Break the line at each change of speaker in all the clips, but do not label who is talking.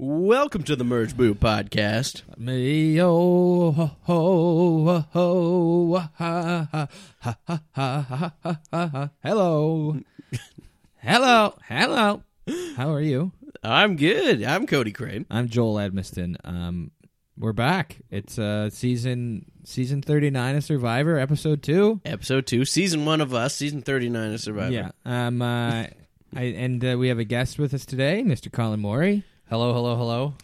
Welcome to the Merge Boo Podcast.
Me oh ho ho ho ha ha ha ha ha ha ha. Hello, hello, hello. How are you?
I'm good. I'm Cody Crane.
I'm Joel Edmiston. Um, we're back. It's uh season season thirty nine of Survivor, episode two.
Episode 2, Season 1 of Us, Season 39 of Survivor.
Yeah. Um. Uh, I and uh, we have a guest with us today, Mr. Colin Morey. Hello, hello, hello.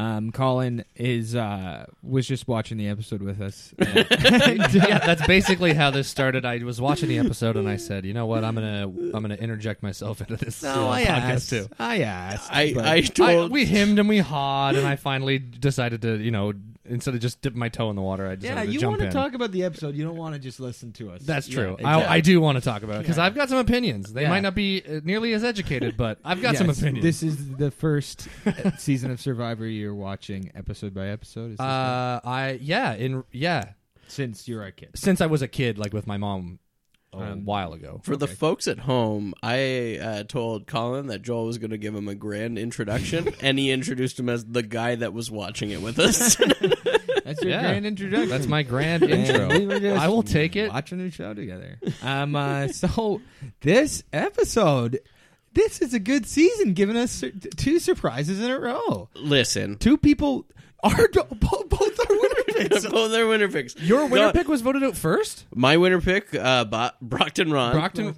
Um, Colin is uh was just watching the episode with us. And,
yeah, that's basically how this started. I was watching the episode and I said, "You know what? I'm gonna I'm gonna interject myself into this uh,
No, Oh, I
podcast
asked.
too."
I asked.
I,
but-
I
I,
told.
we hemmed and we hawed, and I finally decided to, you know, instead of just dip my toe in the water, I decided
Yeah,
to
you
jump
want to
in.
talk about the episode. You don't want to just listen to us.
That's true.
Yeah,
I, I do want to talk about it because I've got some opinions. They
Yeah.
might not be uh, nearly as educated, but I've got some
Yes,
opinions.
This is the first uh, season of Survivor you're watching episode by episode. Is this right?
uh, I yeah, in yeah,
since you're a kid.
since I was a kid, like with my mom a
Um,
while ago.
For the folks at home, I uh, told Colin that Joel was going to give him a grand introduction, and he introduced him as the guy that was watching it with us.
That's your
Yeah.
grand introduction.
That's my grand
And we
intro.
were just
I will take it.
Watching the show together.
Um. Uh, so this episode, this is a good season, giving us sur- t- two surprises in a row.
Listen.
Two people are do- bo- both are winner picks.
Both their winner picks.
Your winner
No,
pick was voted out first.
My winner pick, uh, Bo- Brockton Ron.
Brockton.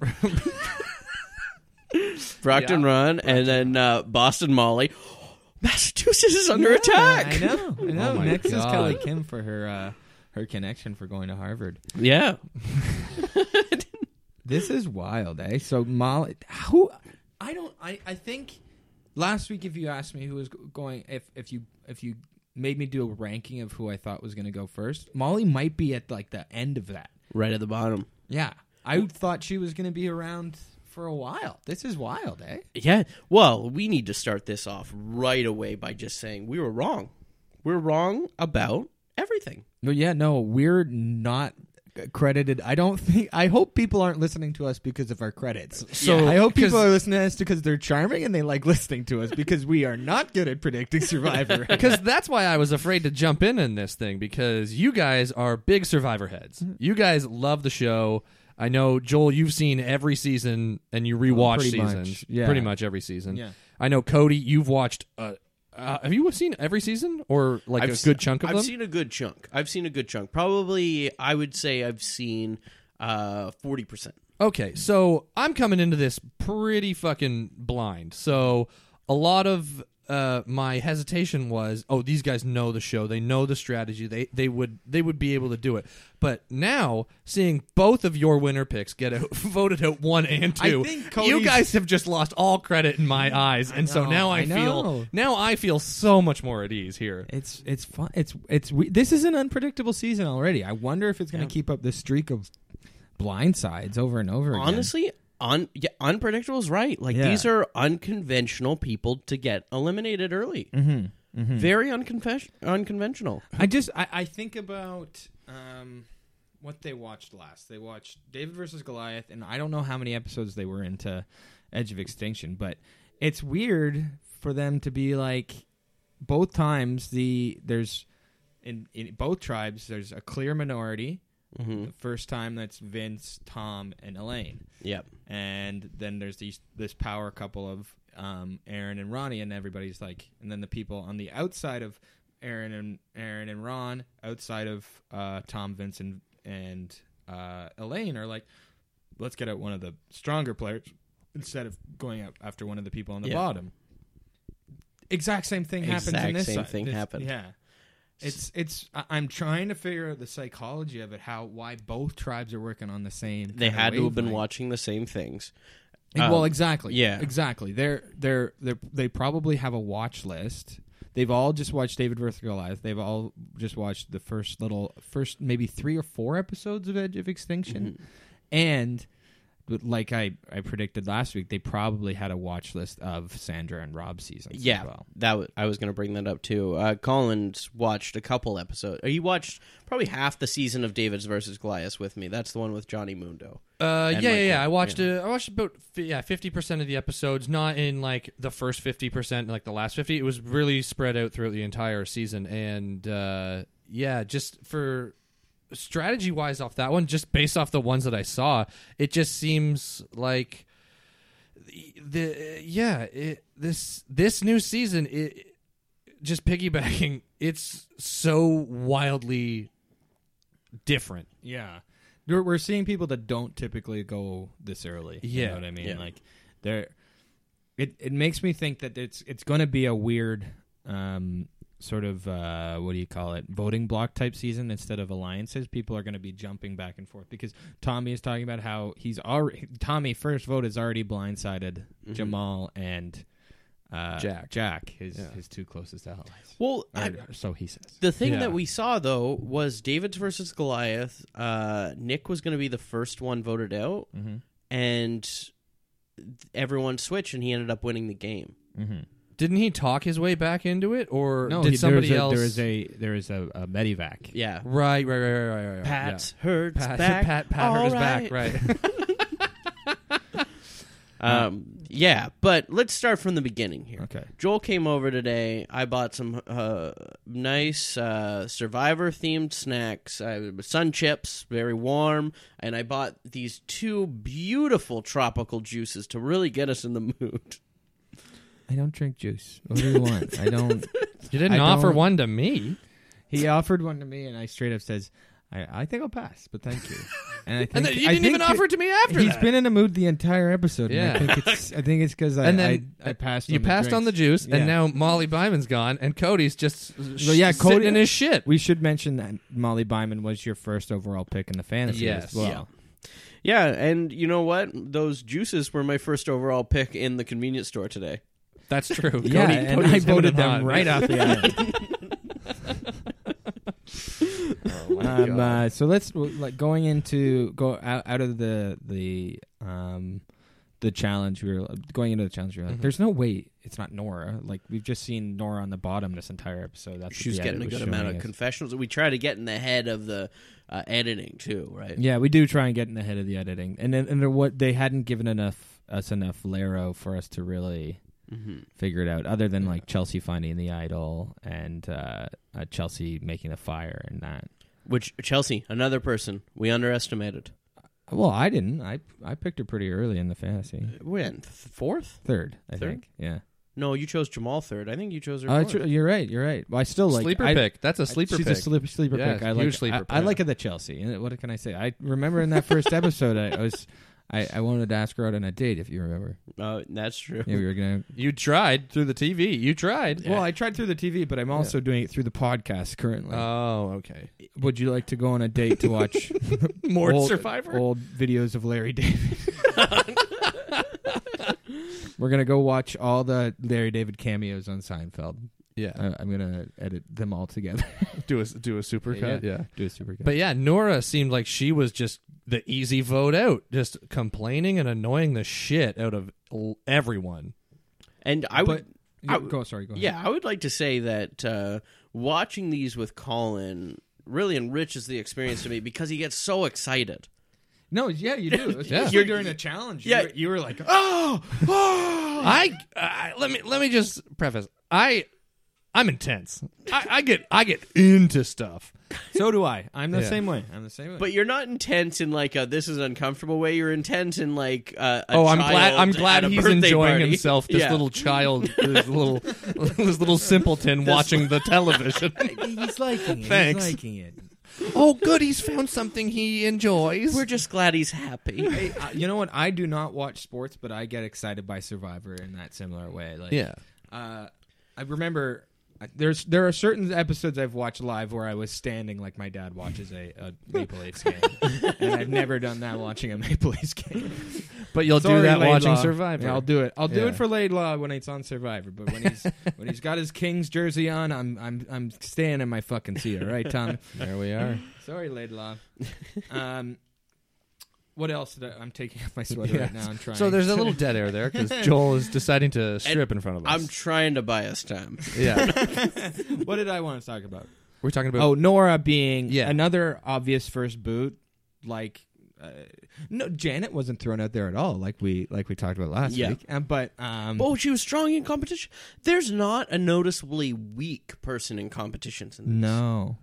Brockton
Yeah.
Ron, and then uh, Boston Molly. Massachusetts is under attack.
I know. I know.
Oh my
Next is
God.
Kelly Kim for her uh, her connection for going to Harvard.
Yeah.
This is wild, eh? So Molly, who? I don't. I I think last week, if you asked me who was g- going, if if you if you made me do a ranking of who I thought was going to go first, Molly might be at like the end of that.
Right at the bottom.
Yeah. I thought she was going to be around for a while. This is wild, eh?
Yeah. Well, we need to start this off right away by just saying we were wrong. We're wrong about everything.
No, yeah, no, we're not credited. I don't think I hope people aren't listening to us because of our credits.
So
I hope
'cause-
people are listening to us because they're charming and they like listening to us because we are not good at predicting Survivor.
Because that's why I was afraid to jump in in this thing because you guys are big Survivor heads. You guys love the show. I know Joel, you've seen every season and you rewatch
pretty
seasons,
much, yeah.
Oh, pretty much every season.
Yeah.
I know Cody, you've watched. Uh, uh, have you seen every season or like a good chunk of
I've
them?
seen a good chunk. I've seen a good chunk. Probably, I would say I've seen uh, forty percent.
Okay, so I'm coming into this pretty fucking blind. So a lot of uh, my hesitation was, oh, these guys know the show. They know the strategy. They they would they would be able to do it. But now seeing both of your winner picks get out, voted out one and
I
two,
think
you
Cody's-
guys have just lost all credit in my eyes. And so
know,
now I,
I
feel
know.
now I feel so much more at ease here.
It's it's fun. It's it's we, this is an unpredictable season already. I wonder if it's going to keep up this streak of blindsides over and over again.
Honestly, un- yeah, unpredictable is right. Like
Yeah.
these are unconventional people to get eliminated early.
Mm-hmm.
Very unconfes- unconventional.
I just I, I think about um what they watched last. They watched David versus Goliath, and I don't know how many episodes they were into Edge of Extinction, but it's weird for them to be like both times the there's in, in both tribes there's a clear minority.
Mm-hmm.
The first time that's Vince, Tom, and Elaine
Yep.
and then there's these this power couple of um, Aaron and Ronnie, and everybody's like, and then the people on the outside of Aaron and Aaron and Ron, outside of uh, Tom, Vincent, and uh, Elaine, are like, let's get out one of the stronger players instead of going out after one of the people on the
Yeah.
bottom. Exact same thing happens in
Exact
this
same
side.
thing
This-
happened.
Yeah. It's it's I- I'm trying to figure out the psychology of it, how why both tribes are working on the same.
They
kinda
had to have been
wavelength.
watching the same things.
And-
Um,
well, exactly.
yeah.
exactly. They're they're they they probably have a watch list. They've all just watched David versus Goliath. They've all just watched the first
Mm-hmm.
little first maybe three or four episodes of Edge of Extinction, and but like I, I predicted last week, they probably had a watch list of Sandra and Rob seasons. as
Yeah,
well.
that was, I was going to bring that up too. Uh, Collins watched a couple episodes. He watched probably half the season of David's versus Goliath with me. That's the one with Johnny Mundo.
Uh, yeah,
And
yeah,
like
yeah.
the-
I watched
yeah.
uh, I watched about fi- yeah fifty percent of the episodes, not in like the first fifty percent, like the last fifty. It was really spread out throughout the entire season, and uh, yeah, just for strategy wise, off that one, just based off the ones that I saw, it just seems like the, the yeah it, this this new season it just piggybacking it's so wildly different
Yeah, we're, we're seeing people that don't typically go this early. you
Yeah.
know what I mean.
Yeah.
Like, there, it it makes me think that it's it's going to be a weird, um, sort of uh, what do you call it, voting block type season instead of alliances. People are going to be jumping back and forth because Tommy is talking about how he's already Tommy first vote is already blindsided
Mm-hmm.
Jamal and. Uh,
Jack.
Jack, his
Yeah.
his two closest allies.
Well,
Or-
I,
or so he says.
the thing
Yeah.
that we saw though was David's versus Goliath. Uh, Nick was going to be the first one voted out,
Mm-hmm.
and everyone switched, and he ended up winning the game.
Mm-hmm.
Didn't he talk his way back into it, or
No,
did
he-
somebody
there
else?
was a, There is a there is a, a medivac.
Yeah,
Right, right, right, right, right, right.
Pat hurts
yeah. Pat,
back.
Pat, Pat hurt
All
his back.
right.
Right.
Um, yeah, but let's start from the beginning here.
Okay.
Joel came over today. I bought some uh, nice uh, Survivor themed snacks, I, sun chips, very warm, and I bought these two beautiful tropical juices to really get us in the mood.
I don't drink juice. What do you want? I don't.
you didn't
I
offer
don't-
one to me.
He offered one to me, and I straight up says, "I, I think I'll pass, but thank you." And I think
And then you
I
didn't
think
even offer it to me after
He's
that.
been in a mood the entire episode.
Yeah.
and I think it's I think it's because I,
And then-
I, I passed.
you
on
passed
the
on the
drinks.
juice,
Yeah.
and now Molly Byman's gone, and Cody's just
Well, yeah,
sitting
Cody-
in his shit.
We should mention that Molly Byman was your first overall pick in the fantasy
Yes.
as well.
Yeah, and you know what? Those juices were my first overall pick in the convenience store today.
That's true.
Yeah,
Cody,
and
Cody
I
was him
voted
and
them
Han.
right off the island. um, uh, so let's well, like going into go out, out of the the um the challenge. We were uh, going into the challenge. We were like,
Mm-hmm.
Mhm.
"There's no way it's not Nora." Like we've just seen Nora on the bottom this entire episode. That's what
She was
the
getting a
edit was
good amount
showing
of
us.
confessionals. We try to get in the head of the uh, editing too, right?
Yeah, we do try and get in the head of the editing, and then and there, what they hadn't given enough us enough Laro for us to really
Mm-hmm.
figure it out other than like chelsea finding the idol and uh, uh chelsea making the fire and that
Which Chelsea, another person we underestimated.
well i didn't i i picked her pretty early in the fantasy
When Th- fourth?
third i
Third?
think yeah
No, you chose Jamal third. I think you chose her.
oh,
fourth.
tr- you're right you're right well i still like
sleeper
I,
pick. That's a sleeper
she's
pick.
a sleep, sleeper
Yeah,
pick.
it's
I
a
like.
huge sleeper
I,
pick.
I like it that Chelsea. and What can I say? I remember in that first episode, I, I was, I, I wanted to ask her out on a date. If you remember,
Oh, that's true.
yeah, we were gonna.
you tried through the TV. You tried.
Well, I tried through the TV, but I'm also doing it through the podcast currently.
Oh, okay.
Would you like to go on a date to watch
More
old,
Survivor.
old videos of Larry David. We're gonna go watch all the Larry David cameos on Seinfeld.
yeah.
I, I'm gonna edit them all together.
do a do a super
cut,
Yeah.
Do a super good.
But yeah, Nora seemed like she was just the easy vote out, just complaining and annoying the shit out of l- everyone.
And I would,
Yeah,
I-
go. Sorry,
uh,
go. Ahead.
yeah, I would like to say that uh, watching these with Colin really enriches the experience to me because he gets so excited.
No. Yeah, you do. Especially
You're-
during a challenge.
yeah.
You were, you were like, oh, oh.
I, I let me let me just preface. I I'm intense. I, I get I get into stuff.
so do I. I'm the
Yeah.
same way. I'm the same way.
But you're not intense in like a this is uncomfortable way. You're intense in like uh, a
oh, I'm glad
child
I'm
at
glad
a
he's
birthday
enjoying
party.
himself. This
Yeah.
little child, this little this little simpleton watching the television.
he's liking it.
Thanks.
He's liking it.
oh, good, he's found something he enjoys.
We're just glad he's happy.
Hey, I- you know what? I do not watch sports, but I get excited by Survivor in that similar way. Like,
yeah.
uh, I remember I- there's there are certain episodes I've watched live where I was standing like my dad watches a, a Maple Leafs game, and I've never done that watching a Maple Leafs game.
But you'll
Sorry,
do that
Laidlaw.
watching Survivor.
Yeah, I'll do it. I'll do
Yeah.
it for Laidlaw when it's on Survivor. But when he's when he's got his Kings jersey on, I'm I'm I'm staying in my fucking seat. All right, Tom.
There we are.
Sorry, Laidlaw. Um, What else? Did I, I'm taking off my sweater right
Yeah.
now. I'm trying.
So there's a little dead air there because Joel is deciding to strip in front of us.
I'm trying to buy us time.
yeah,
what did I want to talk about?
we're talking about.
Oh, Nora being
Yeah.
another obvious first boot. Like, uh, no, Janet wasn't thrown out there at all. Like we like we talked about last
Yeah.
week. Um, but um,
Oh, she was strong in competition. There's not a noticeably weak person in competitions. In this.
no,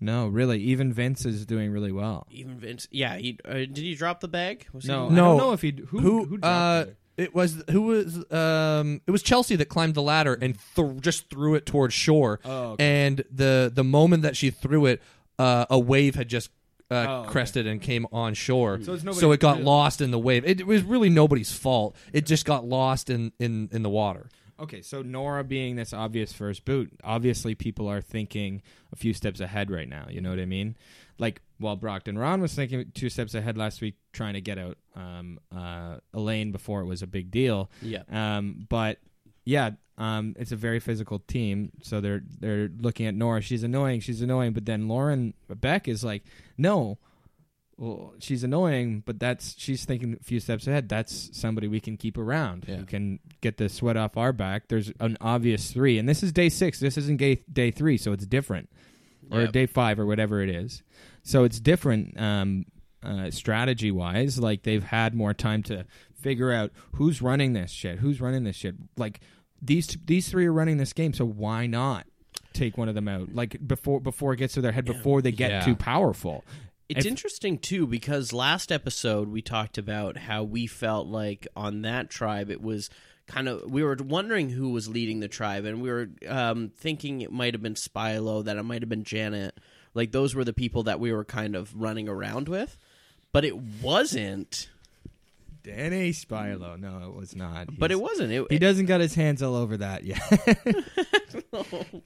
no, really. Even Vince is doing really well.
Even Vince. Yeah. He, uh, did he drop the bag? Was he-
No,
No.
I don't know if he who
who?
who, dropped
uh,
it?
it was who was um it was Chelsea that climbed the ladder and th- just threw it towards shore.
Oh, okay.
And the the moment that she threw it, uh, a wave had just uh,
Oh, okay.
crested and came on shore.
So it's
so
nobody's
it got
fault.
lost in the wave. It, it was really nobody's fault. It just got lost in in in the water.
Okay, so Nora being this obvious first boot, obviously people are thinking a few steps ahead right now. You know what I mean? Like while Brockton Ron was thinking two steps ahead last week, trying to get out um, uh, Elaine before it was a big deal.
Yeah.
Um, but yeah, um, it's a very physical team, so they're they're looking at Nora. She's annoying. She's annoying. But then Lauren Beck is like, no. Well, she's annoying, but that's she's thinking a few steps ahead. That's somebody we can keep around
Yeah.
who can get the sweat off our back. There's an obvious three, and this is day six. This isn't day, day three, so it's different, or
Yep.
day five, or whatever it is. So it's different um, uh, strategy wise. Like they've had more time to figure out who's running this shit, who's running this shit. Like these t- these three are running this game, so why not take one of them out? Like before before it gets to their head, before they get
Yeah.
too powerful.
It's
If-
interesting too because last episode we talked about how we felt like on that tribe it was kind of we were wondering who was leading the tribe and we were um, thinking it might have been Spilo that it might have been Janet like those were the people that we were kind of running around with but it wasn't
Danny Spylo, no, it was not.
but it wasn't it,
He doesn't got his hands all over that yet.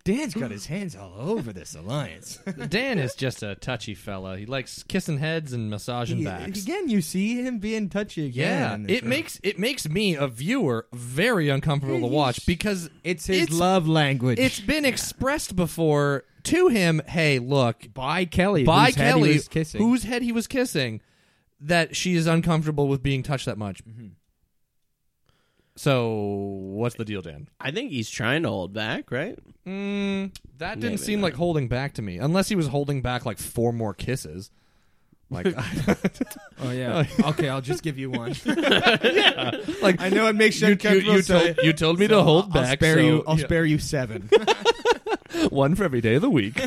Dan's got his hands all over this alliance.
Dan is just a touchy fella. He likes kissing heads and massaging backs.
again, you see him being touchy
Yeah,
again.
it makes it makes me a viewer very uncomfortable to watch because
it's his
it's-
love language.
it's been expressed before to him. Hey, look,
by Kelly.
by
whose head he
Kelly,
was kissing.
whose head he was kissing, that she is uncomfortable with being touched that much.
Mm-hmm.
So what's the deal, Dan?
I think he's trying to hold back right
Mm, that didn't
Maybe
seem
not.
like holding back to me, unless he was holding back like four more kisses. Like,
Oh yeah. okay, I'll just give you one.
like
I know it makes you
you, you,
uncomfortable.
you
so
told, you told me to hold
I'll
back.
spare
so-
you. I'll
yeah.
spare you seven.
one for every day of the week.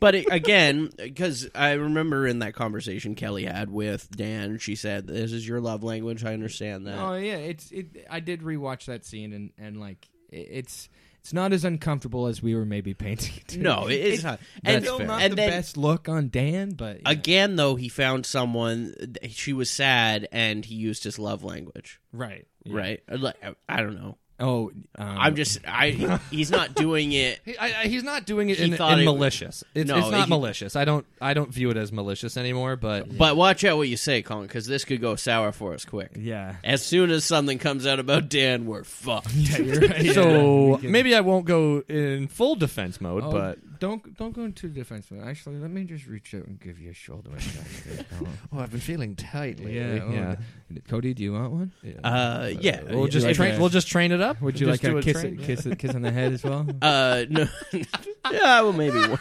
but it, again, because I remember in that conversation Kelly had with Dan, she said, "This is your love language. I understand that."
Oh yeah, it's it. I did rewatch that scene and and like i- it's it's not as uncomfortable as we were maybe painting it. to
No,
be.
it is not.
and
And,
still not
and
the
then
best look on Dan, but yeah.
again, though, he found someone. th- She was sad, and he used his love language.
right, yeah.
Right? Uh, Like, I- I don't know.
Oh, um,
I'm just. I. He's not doing it.
He, I, I, he's not doing it
He
in,
thought
in
it-
malicious. It's,
No,
it's not
he-
malicious. I don't I don't view it as malicious anymore. But
But watch out what you say, Colin, because this could go sour for us quick.
yeah.
As soon as something comes out about Dan, we're fucked.
You're right, yeah.
so
We can-
maybe I won't go in full defense mode.
Oh,
but
don't don't go into defense mode. Actually, let me just reach out and give you a shoulder massage. there, Colin.
oh, I've been feeling tight
yeah, oh, d- Cody, do you want one?
Uh, yeah.
We'll
yeah.
just
like
train,
a-
we'll just train it up.
Would you
Just
like
do
a kiss,
train?
kiss, kiss on the head as well?
Uh, no. yeah, well, maybe one.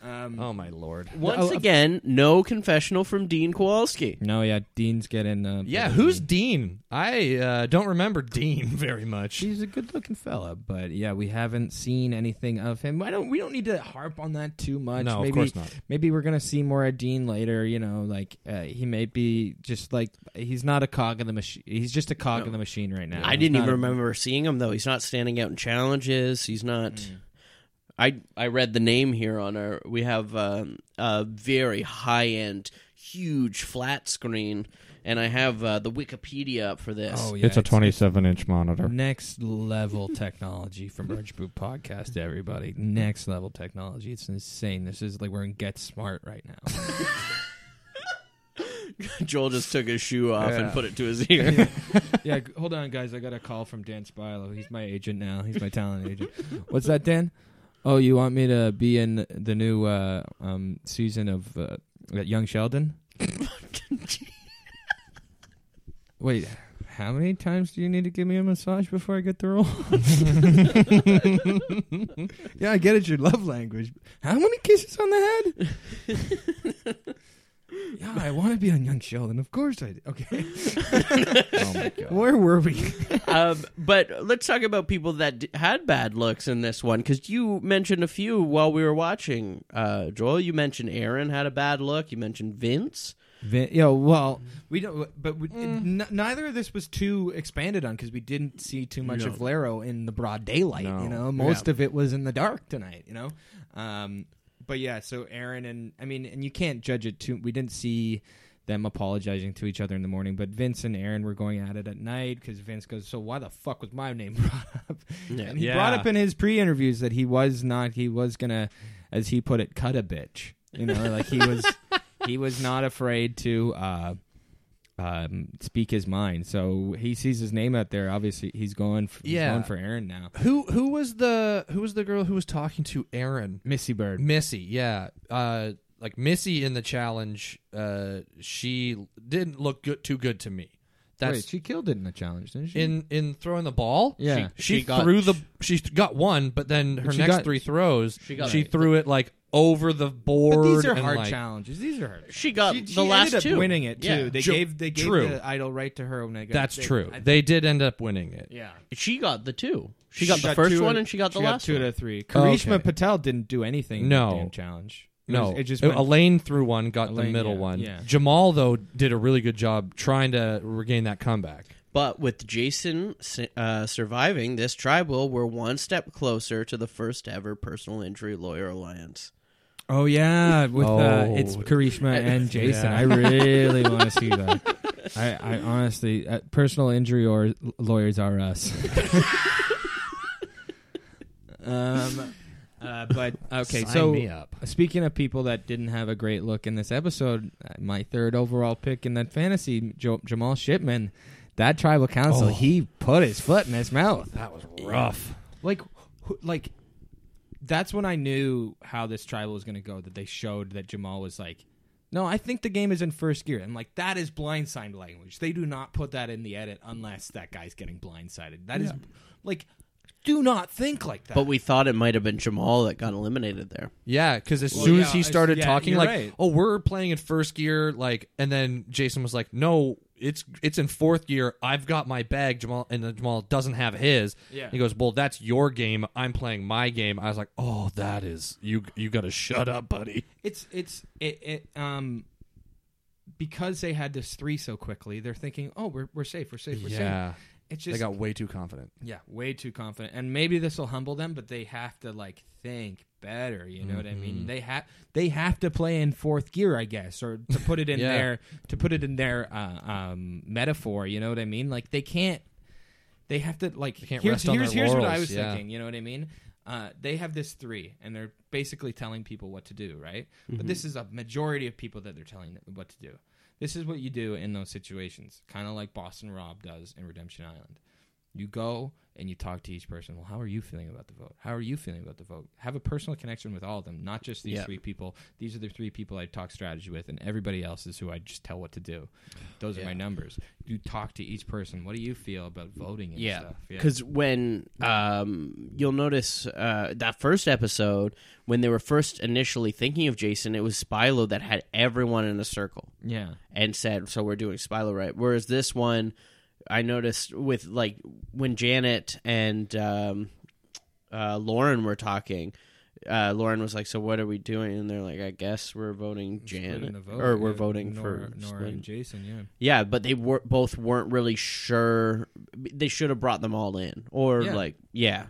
Um,
Oh my lord!
Once
Oh,
again, no confessional from Dean Kowalski.
No, yeah, Dean's getting. Uh,
Yeah, who's Dean? I uh, don't remember Dean very much.
He's a good-looking fella, but yeah, we haven't seen anything of him. I don't. We don't need to harp on that too much.
No,
maybe,
of course not.
Maybe we're gonna see more of Dean later. You know, like uh, he may be just like he's not a cog in the machine. He's just a cog in the machine right now.
I
He's
didn't
not
even
a-
remember seeing him though. He's not standing out in challenges. He's not.
Mm.
I I read the name here on our. We have um, a very high end, huge flat screen, and I have uh, the Wikipedia up for this.
Oh yeah, it's,
27 inch monitor.
next level technology from Birch Boot Podcast. Everybody, next level technology. It's insane. This is like we're in Get Smart right now.
Joel just took his shoe off and
Yeah.
put it to his ear.
Yeah, g- hold on, guys. I got a call from Dan Spilo. He's my agent now. He's my talent agent. What's that, Dan? Oh, you want me to be in the new uh, um, season of uh, Young Sheldon? Wait, how many times do you need to give me a massage before I get the role? yeah, I get it. Your love language. How many kisses on the head? yeah, I want to be on Young Sheldon. Of course I do. Okay.
Oh my god.
Where were we?
um, but let's talk about people that d- had bad looks in this one because you mentioned a few while we were watching. Uh, Joel, you mentioned Aaron had a bad look. You mentioned Vince.
Vin- yeah, well,
Mm-hmm.
we don't. But we, n- neither of this was too expanded on because we didn't see too much
No.
of Laro in the broad daylight.
No.
You know, most of it was in the dark tonight. You know, um, but yeah. So Aaron and I mean, and you can't judge it too. We didn't see them apologizing to each other in the morning, but Vince and Aaron were going at it at night because Vince goes, "So why the fuck was my name brought up?" and he
Yeah.
brought up in his pre-interviews that he was not. He was gonna, as he put it, cut a bitch. You know, like he was he was not afraid to uh, um, speak his mind. So he sees his name out there. Obviously, he's going. For, he's
Yeah.
going for Aaron now.
Who who was the who was the girl who was talking to Aaron?
Missy Bird.
Missy, yeah. Uh, like Missy in the challenge, uh, she didn't look good, too good to me. That's
Wait, she killed it in the challenge, didn't she?
in in throwing the ball.
Yeah.
she, she,
She got-
threw the she got one, but then her
she
next
got-
three throws, she,
she got it.
threw it like over the board.
But these are
and,
hard
like,
challenges. These are hard.
She got
She,
the
she
last
ended up
two.
winning it too.
Yeah.
They
Ju-
gave they gave
true.
the idol right to her when they got.
That's
they-
true.
I-
they did end up winning it.
yeah.
She got the two. She got the
got
first
two
one
out-
and she got the
she
last
two
one.
out of three.
Okay.
Karishma Patel didn't do anything.
No.
in the damn challenge. It
No,
was- it just
Uh,
went-
Elaine threw one, got the
Elaine,
middle
yeah,
one.
yeah.
Jamal though did a really good job trying to regain that comeback.
But with Jason uh, surviving, this tribal were one step closer to the first ever personal injury lawyer alliance.
Oh yeah, with uh,
Oh.
it's Karishma and Jason.
Yeah.
I really want to see that. I, I honestly, uh, personal injury or lawyers are us. um, uh, but okay,
Sign
so
me up.
speaking of people that didn't have a great look in this episode, uh, my third overall pick in that fantasy, jo- Jamal Shipman, that tribal council,
Oh.
he put his foot in his mouth
That was rough.
like who- like that's when I knew how this tribal was going to go. That they showed that Jamal was like, "No, I think the game is in first gear." I'm like, that is blindsided language. They do not put that in the edit unless that guy's getting blindsided. That is like, do not think like that.
But we thought it might have been Jamal that got eliminated there.
Yeah, because as soon
yeah,
as he
it's-
started
yeah,
talking,
you're
like,
right.
"Oh, we're playing in first gear," like, and then Jason was like, "No, it's it's in fourth gear. I've got my bag, Jamal, and then Jamal doesn't have his."
Yeah.
he goes, "Well, that's your game. I'm playing my game." I was like, "Oh, that is you. You got to shut up, buddy."
it's it's it, it um because they had this three so quickly. They're thinking, "Oh, we're we're safe. We're safe. We're safe."
Yeah,
It's just
they got way too confident.
Yeah, way too confident. And maybe this will humble them, but they have to like think better, you know what I
Mm-hmm.
mean? They have they have to play in fourth gear, I guess, or to put it in
Yeah.
their to put it in their uh, um metaphor, you know what I mean? Like they can't they have to like
They can't
here's
rest on
here's,
their
here's what I
laurels,
was
yeah.
thinking, you know what I mean? Uh, they have this three, and they're basically telling people what to do, right? But this is a majority of people that they're telling what to do. This is what you do in those situations, kind of like Boston Rob does in Redemption Island. You go and you talk to each person. Well, how are you feeling about the vote? How are you feeling about the vote? Have a personal connection with all of them, not just these
Yeah.
three people. These are the three people I talk strategy with, and everybody else is who I just tell what to do. Those are my numbers. You talk to each person. What do you feel about voting and stuff?
because when um, you'll notice uh, that first episode when they were first initially thinking of Jason, it was Spylo that had everyone in a circle
yeah.
and said, "So we're doing Spylo right." Whereas this one, I noticed with like when Janet and um, uh, Lauren were talking. Uh, Lauren was like, "So what are we doing?" And they're like, "I guess we're voting Janet,
Splitting the vote,
or we're
yeah.
voting
Nora,
for
Nora
splitting-
and Jason. Yeah,
yeah, but they were both weren't really sure. They should have brought them all in, or
Yeah.
like, yeah,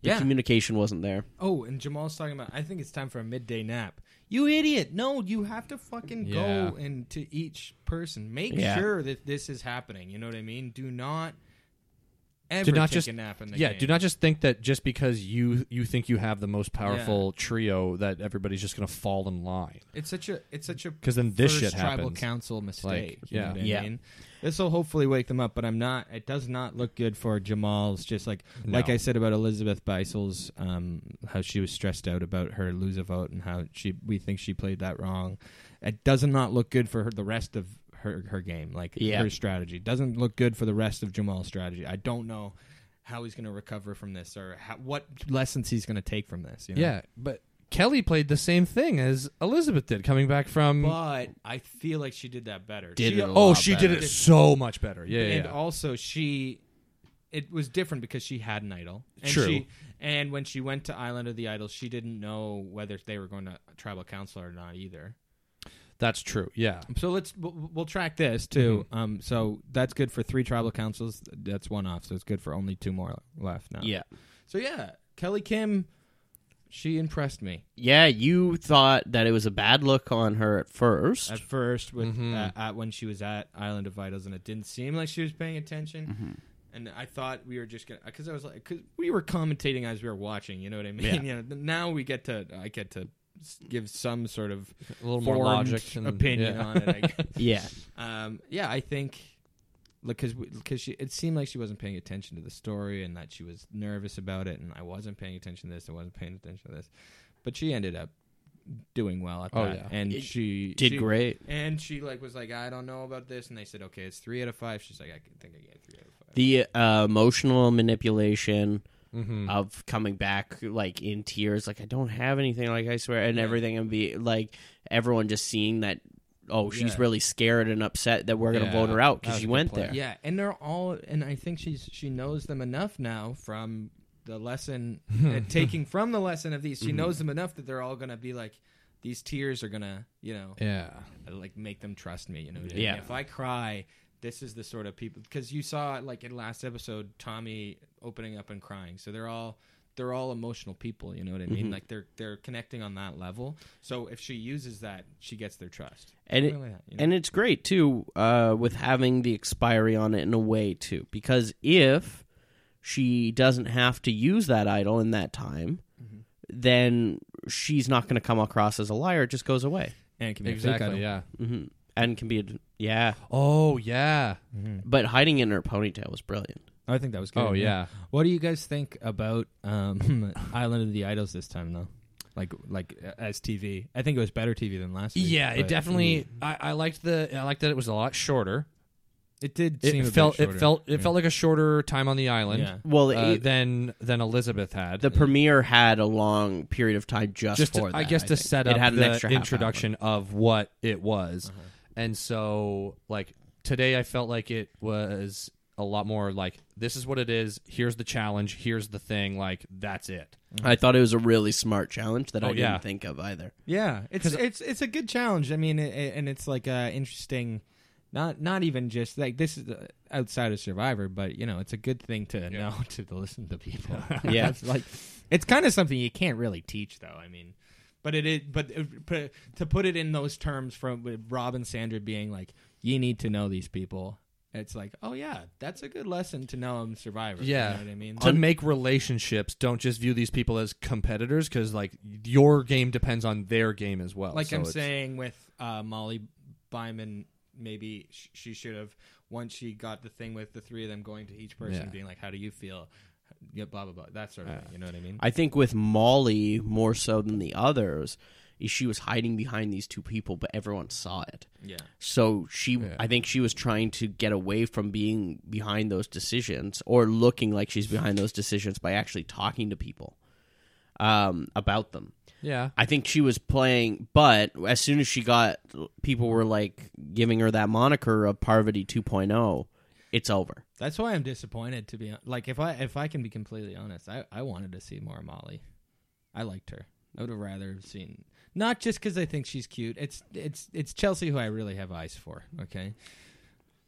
the
yeah.
communication wasn't there.
oh, and Jamal's talking about. I think it's time for a midday nap. You idiot! No, you have to fucking
Yeah.
go and to each person. Make
Yeah.
sure that this is happening. You know what I mean? Do not ever
Do not
take
just-
a nap in the
Yeah,
game.
do not just think that just because you you think you have the most powerful trio that everybody's just going to fall in line.
It's such a it's such a
Because then this
first
shit
tribal
happens.
council mistake.
yeah.
you know what I
Yeah.
mean? This will hopefully wake them up, but I'm not. It does not look good for Jamal's. Just like
No.
like I said about Elizabeth Beisel's, um, how she was stressed out about her lose a vote and how she we think she played that wrong. It does not look good for her, the rest of her her game, like
Yeah.
her strategy. Doesn't look good for the rest of Jamal's strategy. I don't know how he's going to recover from this or how, what lessons he's going to take from this. You know?
Yeah, but Kelly played the same thing as Elizabeth did, coming back from.
but I feel like she did that better.
Mm-hmm. Did
she,
it a
oh,
lot
she
better.
did it so much better. Yeah, yeah.
and
yeah.
also she it was different because she had an idol and
True.
she, and when she went to island of the idols she didn't know whether they were going to tribal council or not either
That's true. Yeah.
so let's we'll, we'll track this too
Mm-hmm.
um so that's good for three tribal councils that's one off so it's good for only two more left now
Yeah.
so yeah kelly kim she impressed me
Yeah, you thought that it was a bad look on her at first.
at first with
Mhm.
uh, at when she was at Island of Idols, and it didn't seem like she was paying attention.
Mm-hmm.
And I thought we were just gonna because I was like because we were commentating as we were watching. You know what I mean?
Yeah.
You know, th- now we get to I get to s- give some sort of
A little more
formed
logic and
opinion
yeah.
on it. I guess.
yeah.
um, yeah, I think because because she it seemed like she wasn't paying attention to the story and that she was nervous about it, and I wasn't paying attention to this. I wasn't paying attention to this, but she ended up doing well at
Oh,
that,
yeah.
and
It
she
Did
she-
great.
and she like was like, I don't know about this, and they said, okay, it's three out of five. She's like, I think I get three out of five.
The uh, emotional manipulation
Mhm.
of coming back like in tears, like I don't have anything, like I swear, and everything, and be like everyone just seeing that. Oh, she's
Yeah.
really scared and upset that we're gonna
Yeah,
vote her out
that
because
was
she
a good
went
play.
there.
yeah, and they're all, and I think she's she knows them enough now from the lesson, uh, taking from the lesson of these, she knows them enough that they're all gonna be like, these tears are gonna, you know,
Yeah.
like make them trust me. You know, what I
Yeah.
mean? If I cry, this is the sort of people because you saw like in last episode Tommy opening up and crying. So they're all they're all emotional people. You know what I
Mm-hmm.
mean? Like they're they're connecting on that level. So if she uses that, she gets their trust.
and it,
Something like that, you know?
and it's great too uh, with having the expiry on it in a way too because if she doesn't have to use that idol in that time
Mm-hmm.
then she's not going to come across as a liar it just goes away
and it can be a fake idol.
Exactly. Yeah.
hmm and can be a, yeah
Oh yeah.
but hiding it in her ponytail was brilliant
I think that was good.
Oh yeah.
What do you guys think about um, Island of the Idols this time though? Like like uh, as TV, I think it was better TV than last. week,
Yeah. It
but-
definitely. I, I liked the. I liked that it was a lot shorter.
it did.
It
seem a bit
felt. It
shorter.
felt. It
Yeah.
felt like a shorter time on the island.
Yeah.
well
Uh,
it-
than than Elizabeth had
the premiere had a long period of time just,
just to,
for that,
I guess to
think.
set
It
up
had an
the
extra half hour.
introduction of what it was, and so like today I felt like it was a lot more like this is what it is. Here's the challenge. Here's the thing. Like that's it.
i thought it was a really smart challenge that i
Oh,
didn't
yeah.
think of either
Yeah, it's
'Cause-
it's it's a good challenge. I mean, it, it- and it's like uh, interesting. Not not even just like this is uh, outside of Survivor, but you know, it's a good thing to know to, to listen to people.
Yeah.
It's like it's kind of something you can't really teach, though. I mean, but it is. But it- put- to put it in those terms, from with Rob and Sandra being like, you need to know these people. It's like, oh yeah, that's a good lesson to know in Survivor.
Yeah.
you know what I mean.
To make relationships, don't just view these people as competitors because like your game depends on their game as well.
like
So
I'm
it's-
saying with uh, Molly Byman, maybe sh- she should have once she got the thing with the three of them going to each person,
Yeah.
being like, "How do you feel?" Yeah, blah blah blah. That sort of thing. You know what I mean?
I think with Molly more so than the others, is she was hiding behind these two people, but everyone saw it.
yeah.
So she, I think she was trying to get away from being behind those decisions or looking like she's behind those decisions by actually talking to people um, about them.
yeah,
I think she was playing, but as soon as she got, people were like giving her that moniker of Parvati 2.0. It's over.
That's why I'm disappointed. To be hon- like, if I if I can be completely honest, I I wanted to see more of Molly. I liked her. I would have rather have seen not just because I think she's cute. It's it's it's Chelsea who I really have eyes for. Okay,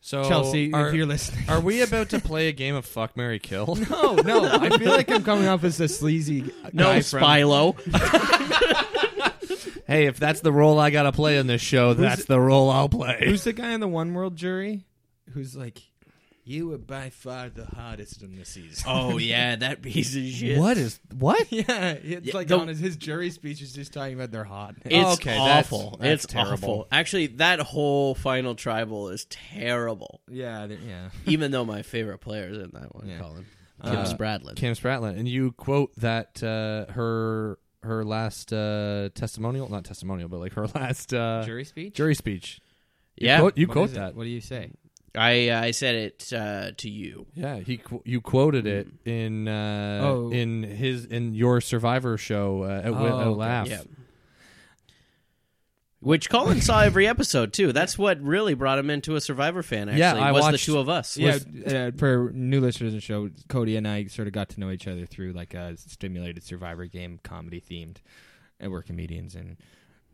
so
Chelsea,
are,
if you're listening,
are we about to play a game of fuck Mary kill?
No, no. I feel like I'm coming off as a sleazy
No,
guy from-
Spilo.
hey, if that's the role I gotta play in this show, that's the role I'll play.
Who's the guy on the One World jury? Who's like, You were by far the hardest in the season.
Oh yeah, that piece of shit.
What is what?
yeah, it's
Yeah,
like
the-
on his, his jury speech is just talking about they're hot.
It's
Okay, that's-
awful.
that's
it's
terrible.
awful. Actually, that whole final tribal is terrible.
Oh, yeah, they're- yeah.
Even though my favorite player is in that one,
Yeah.
Colin Kim
Uh,
Spradlin.
Cam Spratland, and you quote that uh, her her last uh, testimonial, not testimonial, but like her last uh, jury.
jury speech.
speech. You
yeah,
quote, you
What
quote
is it?
that.
What do you say?
I I said it uh, to you.
Yeah, he qu- you quoted it in uh,
Oh.
in his in your Survivor show uh, at, Win-
Oh,
at
okay.
Laugh.
Yeah. Which Colin saw every episode too. That's what really brought him into a Survivor fan. Actually,
Yeah, I
was
watched-
the two of us.
Yeah, uh, for new listeners to the show, Cody and I sort of got to know each other through like a stimulated Survivor game, comedy themed, and we're comedians, and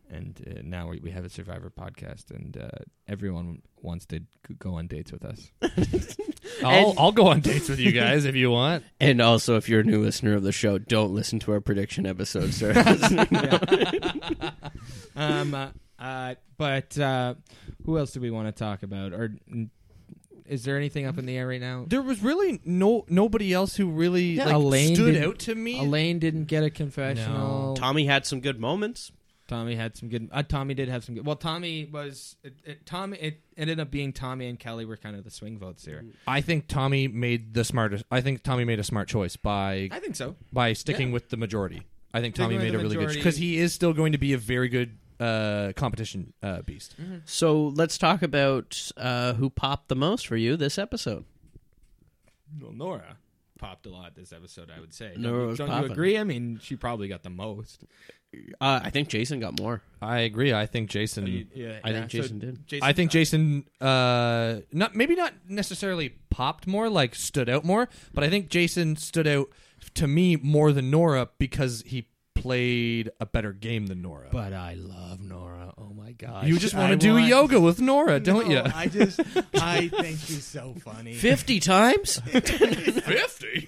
and uh, now we, we have a Survivor podcast, and uh, everyone wants to g- go on dates with us.
I'll
And-
I'll go on dates with you guys if you want.
And also, if you're a new listener of the show, don't listen to our prediction episode, sir.
um, uh, uh, but uh, who else do we want to talk about? Or mm, is there anything up in the air right now?
There was really no nobody else who really
Yeah,
like
Elaine
stood
did-
out to me.
Elaine didn't get a confessional.
Tommy had some good moments.
Tommy had some good. Uh, Tommy did have some good. Well, Tommy was. It, it, Tommy. It ended up being Tommy and Kelly were kind of the swing votes here.
I think Tommy made the smartest. I think Tommy made a smart choice by
I think so.
by sticking
Yeah.
with the majority. I think
Sticking
Tommy
with
made
the
a really good
majority.
because he is still going to be a very good uh, competition uh, beast.
So let's talk about uh, who popped the most for you this episode.
Well, Nora popped a lot this episode. I would say.
Nora
don't
was
don't you
popping.
agree? I mean, she probably got the most.
Uh, I think Jason got more.
Mm-hmm.
I agree. I think Jason.
yeah,
Mm. I think Jason did.
Jason,
I think Jason, uh, not maybe not necessarily popped more, like stood out more, but I think Jason stood out to me more than Nora because he played a better game than Nora.
But I love Nora. Oh my god.
you just want to do yoga with Nora, don't you?
I just. I think she's so funny.
Fifty times?
Fifty.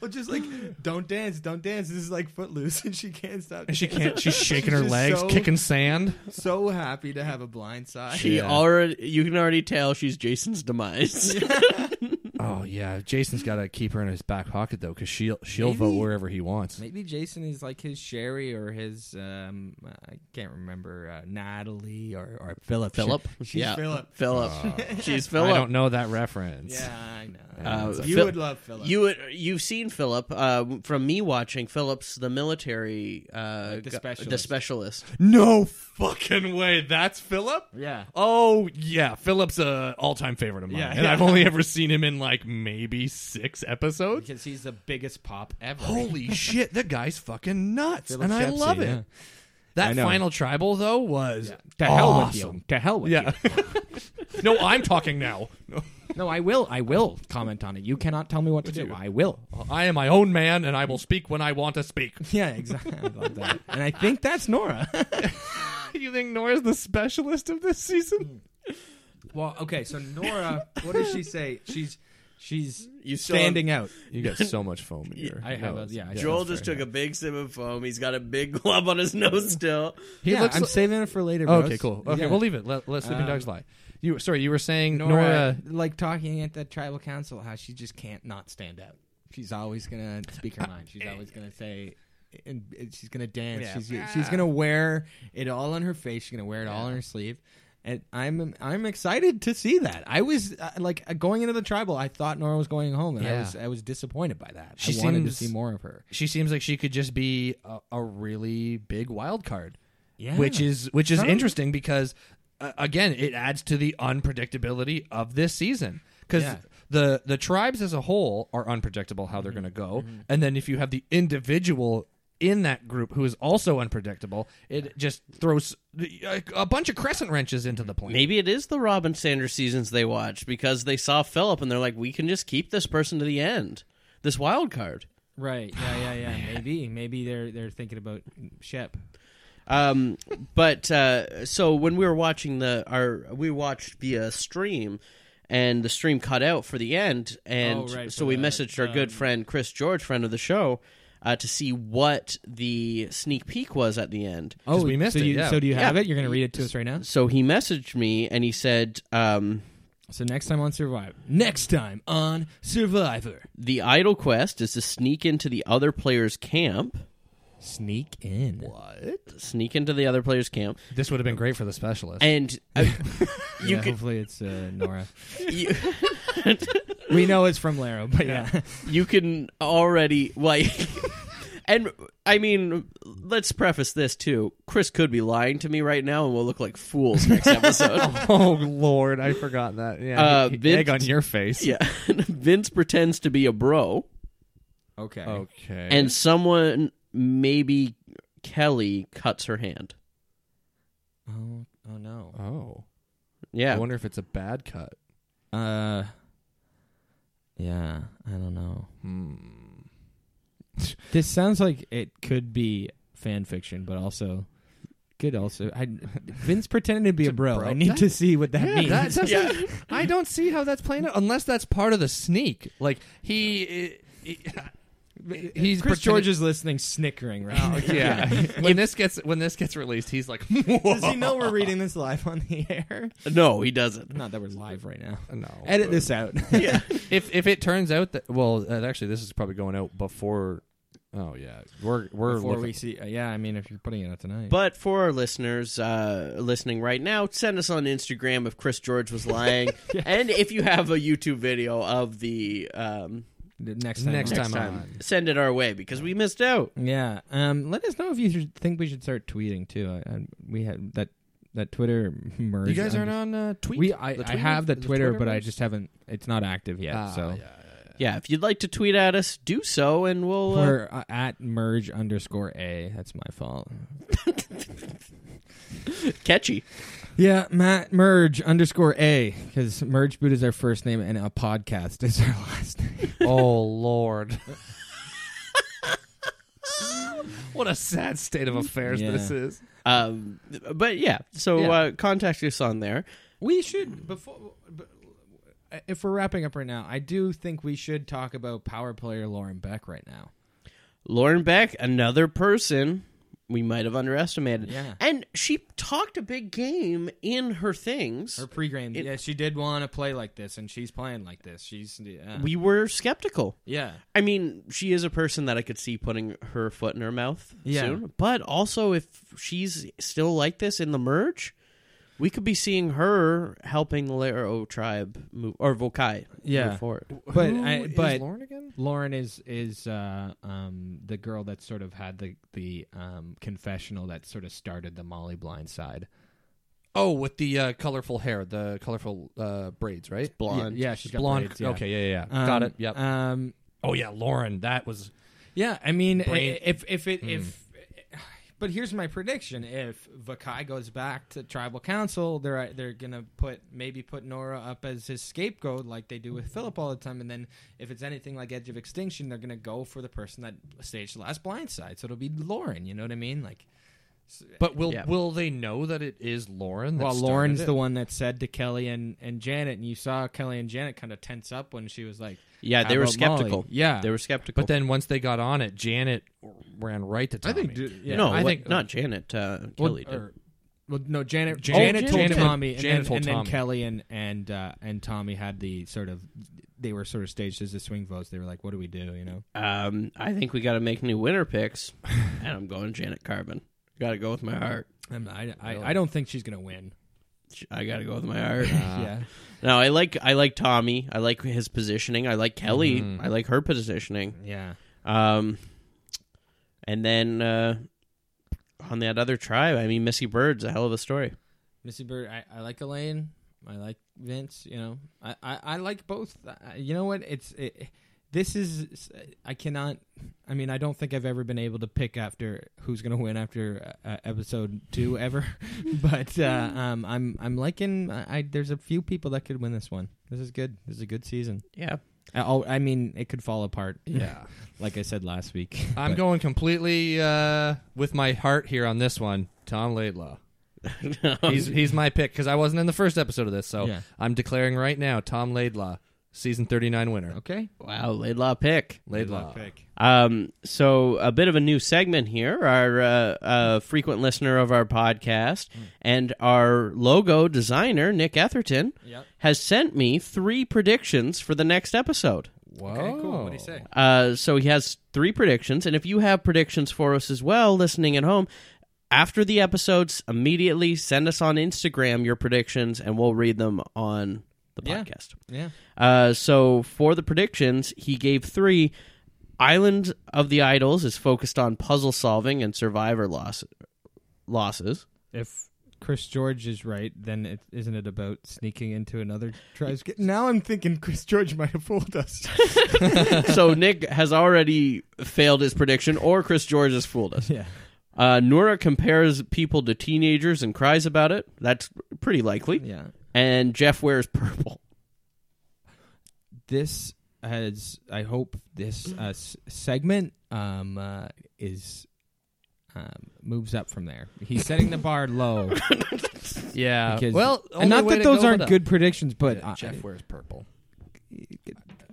Well, just like don't dance, don't dance. This is like Footloose, and she can't stop.
And she can't. She's shaking her
She's
legs,
so-
kicking sand.
So happy to have a blind side.
She
Yeah.
already. You can already tell she's Jason's demise.
Oh yeah, Jason's got to keep her in his back pocket though, because she'll she'll
Maybe-
vote wherever he wants.
Maybe Jason is like his Sherry or his um I can't remember uh, Natalie or or Philip. Uh,
Philip.
she's Philip.
Philip. she's
I don't
Philip.
know that reference.
Yeah, I know.
Uh,
you
Phil-
would love Philip.
You would- you've seen Philip uh, from me watching Philip's the military uh, gu-
Like the
the
specialist.
specialist.
No fucking way. That's Philip.
yeah.
Oh yeah, Philip's a all-time favorite of mine,
Yeah.
and I've only ever seen him in like maybe six episodes.
Because he's the biggest pop ever.
Holy shit, that guy's fucking nuts,
Philip
and I
Shepsey,
love it.
yeah. I
That
know.
final tribal though was
Yeah. To hell with you.
awesome.
To hell with
Yeah.
you.
no, I'm talking now.
No, I will. I will comment on it. You cannot tell me what to do. I will.
I am my own man, and I will speak when I want to speak.
Yeah, exactly. I love that. And I think that's Nora.
you think Nora's the specialist of this season?
well, okay. So Nora, what does she say? She's she's
You still have-
standing out.
You got so much foam in your.
I have a- yeah, I
Joel just took a big sip of foam. He's got a big glob on his nose still.
He
yeah,
looks.
I'm
li-
saving it for later.
okay,
bros.
cool. Okay,
Yeah.
we'll leave it. Let, let sleeping
Um,
dogs lie. You sorry, you were saying Nora.
Nora, like talking at the tribal council, how she just can't not stand out. She's always gonna speak her mind. She's always gonna say, and and she's gonna dance.
Yeah.
She's she's gonna wear it all on her face. She's gonna wear it all on her sleeve. And I'm I'm excited to see that. I was uh, like uh, going into the tribal. I thought Nora was going home, and I
Yeah.
was I was disappointed by that.
She
I wanted to
seems-
see more of her.
she seems like she could just be a, a really big wild card.
Yeah.
Which is which is
Huh?
interesting because uh, again, it adds to the unpredictability of this season cuz
Yeah.
the the tribes as a whole are unpredictable how they're going to go. And then if you have the individual in that group who is also unpredictable, it just throws a, a bunch of crescent wrenches into the plan.
Maybe it is the Robin Sanders seasons they watched because they saw Philip and they're like, we can just keep this person to the end, this wild card.
Right? Yeah, yeah, yeah. maybe maybe they're they're thinking about Shep.
Um, but uh, so when we were watching the our we watched via stream, and the stream cut out for the end, and
Oh, right,
so
for
we
the,
messaged our good
um,
friend Chris George, friend of the show. Uh, to see what the sneak peek was at the end,
'Cause we missed
Oh, so
it,
You,
yeah.
So do you
Yeah.
have it? You're gonna read it to us right now.
so he messaged me and he said, um,
So next time on Survivor. Next time on Survivor.
The idle quest is to sneak into the other player's camp.
Sneak in. What?
Sneak into the other player's camp,
This would have been great for the specialist.
and uh, you could
hopefully it's uh, Nora.
you,
we know it's from Laro, but yeah.
you can already like. And I mean, let's preface this too. Chris could be lying to me right now, and we'll look like fools next episode.
oh Lord, I forgot that. Yeah,
Uh,
he-
Vince-
egg on your face.
yeah, Vince pretends to be a bro,
Okay.
Okay.
and someone, maybe Kelly, cuts her hand.
Oh, oh no.
oh, I
Yeah,
wonder if it's a bad cut.
Uh. Yeah, I don't know.
Hmm.
This sounds like it could be fan fiction, but also could also. I, Vince pretending to be a bro.
bro.
I need to see what that
yeah,
means.
that doesn't.
Yeah.
I don't see how that's playing out unless that's part of the sneak. Like he, he he's
Chris
pretending-
George is listening, snickering right. now.
oh, yeah. when this gets when this gets released, he's like, Whoa.
Does he know we're reading this live on the air?
no, he doesn't.
Not that we're live right now.
No.
Edit this out.
Yeah,
If if it turns out that well, uh, actually, this is probably going out before. Oh yeah, we're we're
Before
looking-
we see, uh, yeah, I mean, if you're putting it out tonight,
But for our listeners uh, listening right now, send us on Instagram if Chris George was lying, and if you have a YouTube video of the um,
The next time,
Next
on.
next
time
time,
on.
send it our way because we missed out.
yeah. Um, let us know if you should think we should start tweeting too. I, I, we had that that Twitter merge.
You guys
I'm
aren't
just-
on uh, tweet.
We I,
the
I
Twitter-
have the,
the
Twitter, but I
Twitterverse?
just haven't. It's not active yet.
Ah,
so
yeah.
Yeah, if you'd like to tweet at us, do so, and we'll. Uh,
we're uh, at merge underscore a. That's my fault.
catchy.
Yeah, Matt merge underscore a because merge boot is our first name and a podcast is our last name.
oh lord. what a sad state of affairs
Yeah.
this is.
Um, but yeah, so
Yeah.
Uh, contact us on there.
We should before b- uh, if we're wrapping up right now. I do think we should talk about power player Lauren Beck right now.
Lauren Beck, another person we might have underestimated.
Yeah.
And she talked a big game in her things.
Her pregame,
It-
yeah, she did want to play like this, and she's playing like this. She's yeah,
we were skeptical.
yeah.
I mean, she is a person that I could see putting her foot in her mouth
Yeah.
soon. But also, if she's still like this in the merge, we could be seeing her helping the Laro tribe move or Vokai
Yeah.
move forward.
But
Who
I-
is
but-
Lauren again?
Lauren is is uh, um, the girl that sort of had the the um, confessional that sort of started the Molly Blind side.
Oh, with the uh, colorful hair, the colorful uh, braids, right?
Blonde.
Yeah, yeah she's got
Blonde.
braids, yeah.
Okay, yeah, yeah, yeah.
Um,
Got it. Yep.
Um,
oh yeah, Lauren. That was
Yeah, I mean, i-
Brain-
if if it if, but here's my prediction: if Vakai goes back to Tribal Council, they're they're gonna put maybe put Nora up as his scapegoat, like they do with Philip all the time. And then if it's anything like Edge of Extinction, they're gonna go for the person that staged the last blindside. So it'll be Lauren. You know what I mean? Like,
But will
Yeah.
will they know that it is Lauren? That
well,
started
Lauren's
it?
the one that said to Kelly and and Janet, and you saw Kelly and Janet kind of tense up when she was like,
Yeah,
"How
they were
about Molly?"
skeptical.
Yeah,
They were skeptical.
But then once they got on it, Janet ran right to Tommy.
yeah.
no,
I
what-
think-
not Janet. Uh,
Well,
Kelly did.
or- well, no, Janet.
Janet-
Janet,
Oh,
told
Janet.
Tommy, and,
Janet
then,
told
and then
Tommy.
Kelly and and uh, and Tommy had the sort of they were sort of staged as the swing votes. They were like, "What do we do?" You know.
Um, I think we got to make new winner picks, and I'm going Janet Carbon. Got to go with my heart.
I'm- Um, I, I, I don't think she's gonna win. Uh,
I got to go with my heart.
yeah.
no, I like I like Tommy. I like his positioning. I like Kelly. I like her positioning.
Yeah.
Um, and then uh, on that other tribe, I mean, Missy Bird's a hell of a story.
Missy Bird. I, I like Elaine. I like Vince. You know. I I, I like both. I, you know what? It's it, this is I cannot. I mean, I don't think I've ever been able to pick after who's gonna win after uh, episode two ever. but uh, um, I'm I'm liking. I, I there's a few people that could win this one. This is good. This is a good season.
Yeah,
I, oh, I mean, it could fall apart.
Yeah.
like I said last week.
I'm
But-
going completely uh, with my heart here on this one. Tom Laidlaw. he's he's my pick because I wasn't in the first episode of this, so
Yeah.
I'm declaring right now Tom Laidlaw season 39 winner.
Okay.
Wow, Laidlaw pick.
Laidlaw.
Pick.
Um, so a bit of a new segment here. Our uh, uh, frequent listener of our podcast and our logo designer Nick Etherton
Yep.
has sent me three predictions for the next episode.
Whoa.
Okay, cool. What do you
Oh.
say?
Uh, so he has three predictions, and if you have predictions for us as well, listening at home. After the episodes, immediately send us on Instagram your predictions, and we'll read them on the
Yeah.
podcast.
Yeah.
Uh, so for the predictions, he gave three. Island of the Idols is focused on puzzle solving and survivor loss- losses.
If Chris George is right, then it, isn't it about sneaking into another tribe's? ca- Now I'm thinking Chris George might have fooled us.
so Nick has already failed his prediction, or Chris George has fooled us.
yeah.
Uh, Nora compares people to teenagers and cries about it. That's pretty likely.
Yeah.
And Jeff wears purple.
This has. I hope this uh, s- segment um, uh, is. Um, moves up from there. He's setting the bar low.
Yeah.
Because-
well,
and not that those aren't good predictions, but
But
uh,
Jeff wears purple.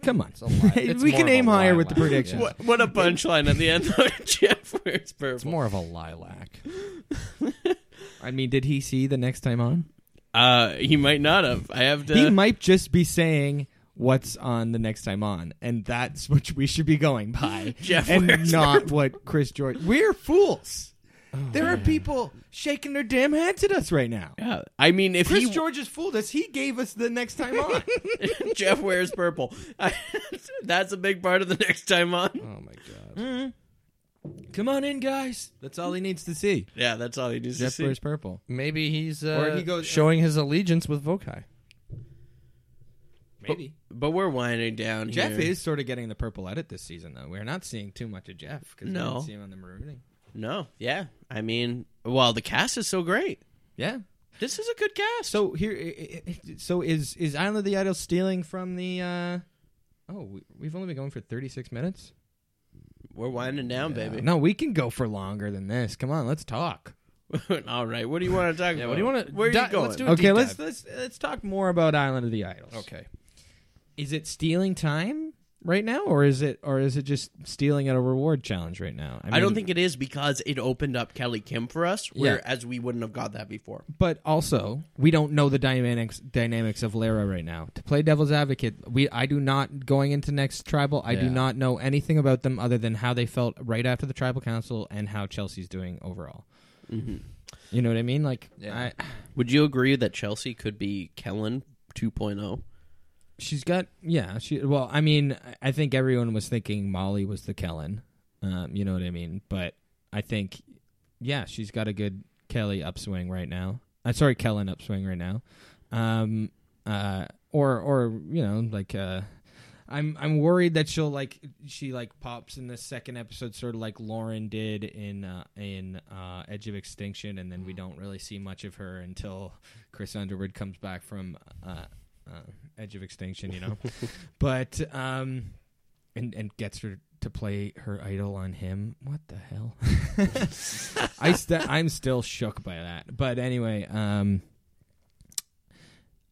come on.
It's a lie. It's
we
more
can
of a
aim higher with the
lilac.
predictions.
Yeah.
What, what a punchline at the end. Jeff wears
It's
purple.
more of a lilac.
I mean, did he see the next time on?
Uh, he might not have. I have to.
he might just be saying what's on the next time on, and that's what we should be going by,
Jeff
and
wears
not what Chris George. We're fools. there are people shaking their damn heads at us right now.
Yeah. I mean, if
Chris
he
George has fooled us. He gave us the next time on.
Jeff wears purple. I, that's a big part of the next time on.
Oh my god.
Come on in, guys. That's all he needs to see.
Yeah, that's all he needs
Jeff
to see.
wears purple.
Maybe he's uh,
Or he goes-
showing his allegiance with Vokai.
Maybe
But we're winding down
Jeff
here.
is sort of getting the purple edit this season, though. We're not seeing too much of Jeff because we
No.
didn't see him on the marooning.
no, yeah. I mean, well, the cast is so great.
Yeah.
This is a good cast.
So here, i- i- i- so is is Island of the Idols stealing from the? uh Oh, we- we've only been going for thirty six minutes.
we're winding down,
Yeah.
baby.
No, we can go for longer than this. Come on, let's talk.
all right. What do you want to talk about?
what do you wanna-
Where are
Di-
you going?
let's do a-
Okay,
deep
let's
dive.
let's let's talk more about Island of the Idols.
Okay.
is it stealing time right now, or is it or is it just stealing at a reward challenge right now?
I don't
mean-
think it is because it opened up Kelly Kim for us, whereas
Yeah.
we wouldn't have got that before.
but also we don't know the dynamics dynamics of Lara right now. To play devil's advocate, we I do not going into next tribal. I do
Yeah.
not know anything about them other than how they felt right after the tribal council and how Chelsea's doing overall. You know what I mean? Like,
Yeah.
I,
Mm-hmm. Would you agree that Chelsea could be Kellen oh? 2.0?
she's got yeah. She well, I mean, I- I think everyone was thinking Molly was the Kellen. Um, you know what I mean? But I think yeah, she's got a good Kelly upswing right now. I'm sorry, Kellen upswing right now. Um, uh, or or you know like uh, I'm I'm worried that she'll like she like pops in the second episode, sort of like Lauren did in uh, in uh, Edge of Extinction, and then we don't really see much of her until Chris Underwood comes back from uh, uh, Edge of Extinction, you know. but um, and and gets her to play her idol on him. What the hell? I st- I'm still shook by that. But anyway, um,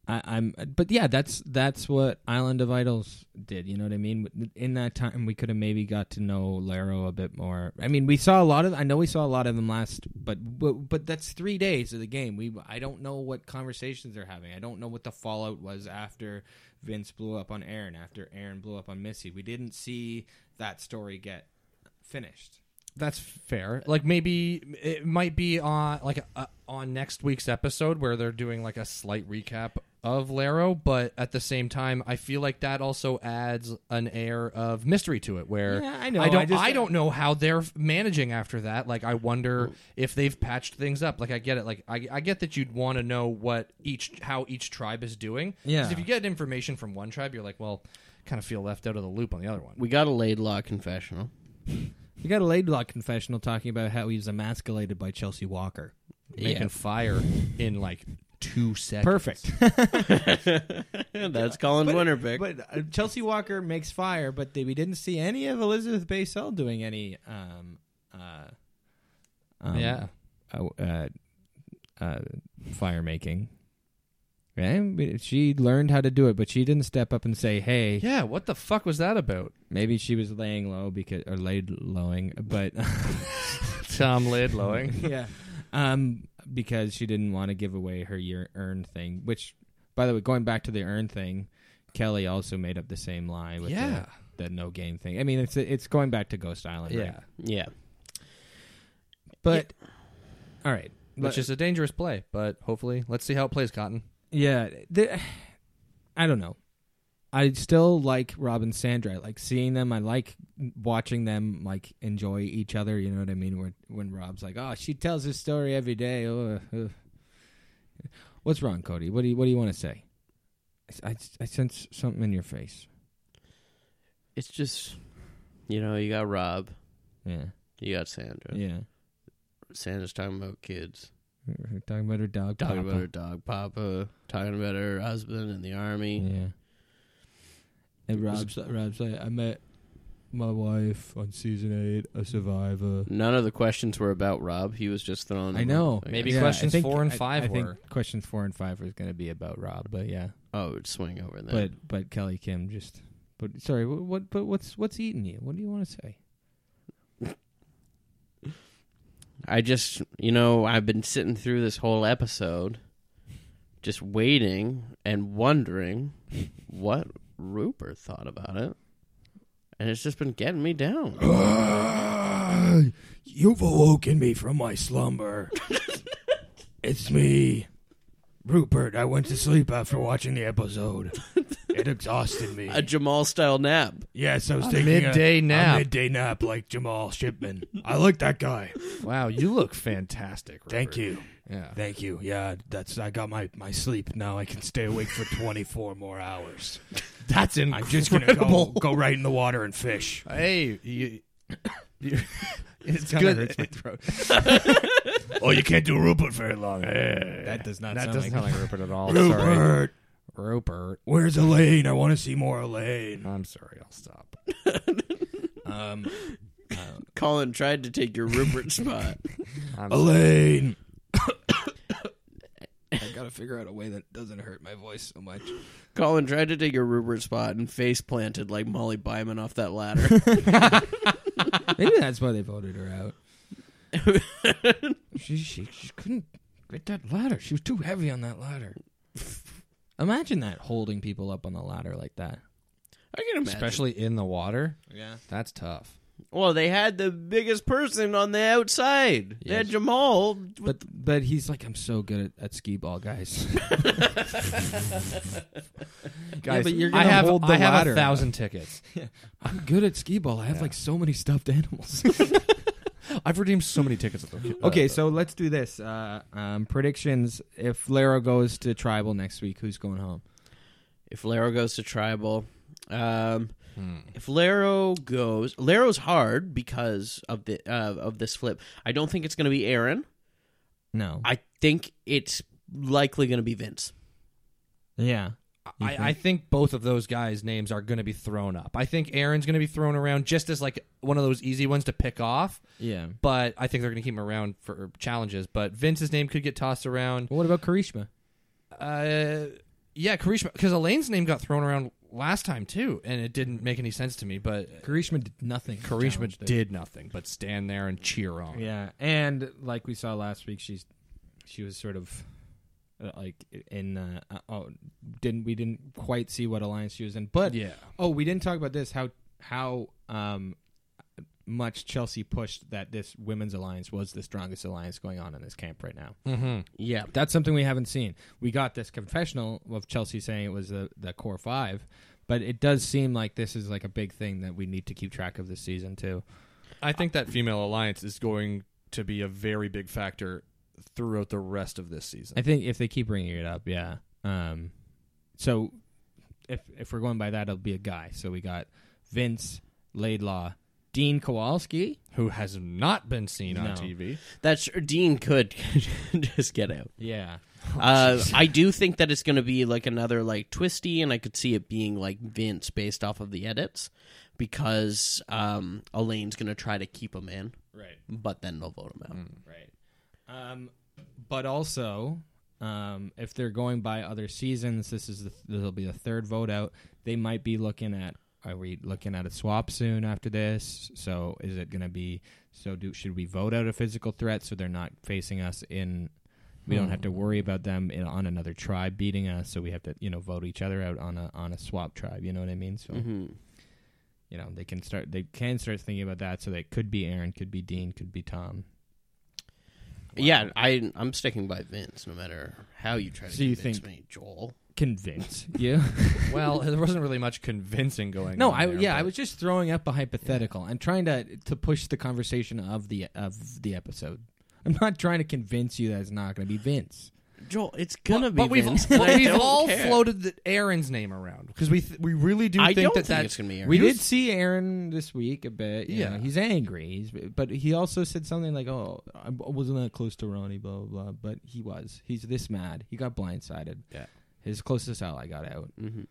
I, I'm. But yeah, that's that's what Island of Idols did. You know what I mean? In that time, we could have maybe got to know Laro a bit more. I mean, we saw a lot of. I know we saw a lot of them last, but but, but that's three days of the game. We I don't know what conversations they're having. I don't know what the fallout was after Vince blew up on Aaron, after Aaron blew up on Missy. We didn't see that story get finished.
That's fair. Like maybe it might be on like uh, on next week's episode where they're doing like a slight recap of Laro, but at the same time, I feel like that also adds an air of mystery to it. Where
Yeah, I know.
I don't,
I
I,
just-
don't know how they're f- managing after that. Like, I wonder if they've patched things up. Like, I get it. Like, I, I get that you'd want to know what each how each tribe is doing. 'Cause
Yeah.
if you get information from one tribe, you're like, well, kind of feel left out of the loop on the other one.
We got a Laidlaw confessional.
You got a Laidlaw confessional talking about how he was emasculated by Chelsea Walker.
Making fire in like two seconds.
Perfect.
That's Colin's winner pick.
But uh, Chelsea Walker makes fire, but they, we didn't see any of Elizabeth Basel doing any. Um, uh, um,
yeah.
Uh, uh, uh, fire making. Right? She learned how to do it, but she didn't step up and say, "Hey,
Yeah, what the fuck was that about?
maybe she was laying low because or laid lowing, but
Tom Lidlowing.
yeah, um, because she didn't want to give away her year earn thing. Which, by the way, going back to the earn thing, Kelly also made up the same lie with
yeah.
the, the no gain thing. I mean, it's it's going back to Ghost Island, right?
Yeah.
Yeah.
But all right,
Which is a dangerous play, but hopefully, let's see how it plays, Cotton.
Yeah, the, I don't know. I still like Rob and Sandra. I like seeing them. I like watching them like enjoy each other. You know what I mean? When when Rob's like, "Oh, she tells his story every day." Ugh, ugh." What's wrong, Cody? What do you What do you want to say? I, I, I sense something in your face.
It's just, you know, you got Rob,
Yeah,
you got Sandra.
yeah.
Sandra's talking about kids,
We're talking about her dog.
talking
Papa.
about her dog, Papa, talking about her husband in the army.
Yeah. And
Was-
Rob's Rob's like, I met my wife on season eight, a survivor.
None of the questions were about Rob. He was just thrown.
I know.
Maybe
Yeah, I
questions
think-
four and
I-
five
I,
were.
think questions four and five was going to be about Rob, but yeah,
Oh, it'd swing over there.
but but Kelly Kim just. But sorry, wh- what? But what's what's eating you? What do you want to say?
I just, you know, I've been sitting through this whole episode, just waiting and wondering what Rupert thought about it, and it's just been getting me down.
You've awoken me from my slumber. it's me, Rupert. I went to sleep after watching the episode. It exhausted me.
A Jamal style nap.
yes, I was
midday nap.
midday nap like Jamal Shipman. I like that guy.
Wow, you look fantastic.
Thank you.
Yeah.
Thank you. Yeah, that's I got my my sleep now. I can stay awake for 24 more hours.
That's
I'm
incredible.
just going to go go right in the water and fish.
hey, you, you- it's
Kinda
good.
hurts my throat.
Oh, you can't do Rupert very long. Eh.
That does not
that
sound
doesn't
like
sound like Rupert at all. Sorry.
Rupert,
Rupert.
where's Elaine? I want to see more Elaine.
I'm sorry. I'll stop.
Um,
Colin tried to take your Rupert spot.
I'm sorry.
Elaine.
I gotta figure out a way that doesn't hurt my voice so much.
Colin tried to take your Rupert spot and face planted like Molly Byman off that ladder.
Maybe that's why they voted her out. she, she she couldn't get that ladder. She was too heavy on that ladder. Imagine that holding people up on the ladder like that.
I can imagine.
Especially in the water.
Yeah.
That's tough.
Well, they had the biggest person on the outside. They had
Yes.
Jamal. with-
But but he's like, I'm so good at, at skee ball, guys.
Guys,
but you're
I
gonna
have,
hold the
I have
ladder
a
up.
thousand tickets.
I'm good at skee ball. I have like so many stuffed animals.
I've redeemed so many tickets. At the,
okay, so let's do this. Uh, um, predictions. If Laro goes to tribal next week, who's going home?
If Laro goes to tribal, um, if Laro goes, Laro's hard because of the uh, of this flip. I don't think it's going to be Aaron.
No.
I think it's likely going to be Vince.
yeah.
I, I think both of those guys' names are going to be thrown up. I think Aaron's going to be thrown around just as like one of those easy ones to pick off,
Yeah.
but I think they're going to keep him around for challenges. But Vince's name could get tossed around.
What about Karishma?
Uh, yeah, Karishma, because Elaine's name got thrown around last time too, and it didn't make any sense to me. But
Karishma did nothing.
Karishma did nothing but stand there and cheer on.
Yeah, and like we saw last week, she's she was sort of uh, like in uh, uh, oh didn't we didn't quite see what alliance she was in, but
Yeah.
Oh, we didn't talk about this. How how um much Chelsea pushed that this women's alliance was the strongest alliance going on in this camp right now.
Mm-hmm.
Yeah,
That's something we haven't seen. We got this confessional of Chelsea saying it was the, the core five, but it does seem like this is like a big thing that we need to keep track of this season too.
I think that female alliance is going to be a very big factor throughout the rest of this season.
I think if they keep bringing it up, yeah. Um, so if if we're going by that, it'll be a guy. So we got Vince Laidlaw, Dean Kowalski.
Who has not been seen
No.
on TV?
that's Dean could just get out.
Yeah,
Uh, I do think that it's going to be like another like twisty, and I could see it being like Vince based off of the edits because um, Elaine's going to try to keep him in,
right,
but then they'll vote him out.
right. Um, but also, Um, if they're going by other seasons, this is the, this will be the third vote out. They might be looking at are we looking at a swap soon after this? So is it going to be so? Do should we vote out a physical threat so they're not facing us in? We don't have to worry about them in, on another tribe beating us. So we have to you know vote each other out on a on a swap tribe. You know what I mean? So
Mm-hmm.
you know they can start they can start thinking about that. So that could be Aaron, could be Dean, could be Tom.
Yeah, I I'm sticking by Vince no matter how you try to
So you
convince
think-
me, Joel.
Convince you.
well, there wasn't really much convincing going.
No,
on
I
there,
yeah, I
but-
was just throwing up a hypothetical. I'm trying to to push the conversation of the of the episode. I'm not trying to convince you that it's not going to be Vince.
Joel, it's gonna
but,
be
but we've,
Vince.
but
and I
we've
don't
all
care.
floated the Aaron's name around because we th- we really do
I
think
don't
that
think
that's
it's gonna be Aaron.
We
You
did
s-
see Aaron this week a bit. yeah,
Yeah.
he's angry. He's but he also said something like, "Oh, I wasn't that close to Ronnie." Blah blah. blah. But he was. He's this mad. He got blindsided.
Yeah.
His closest ally got out.
Mhm.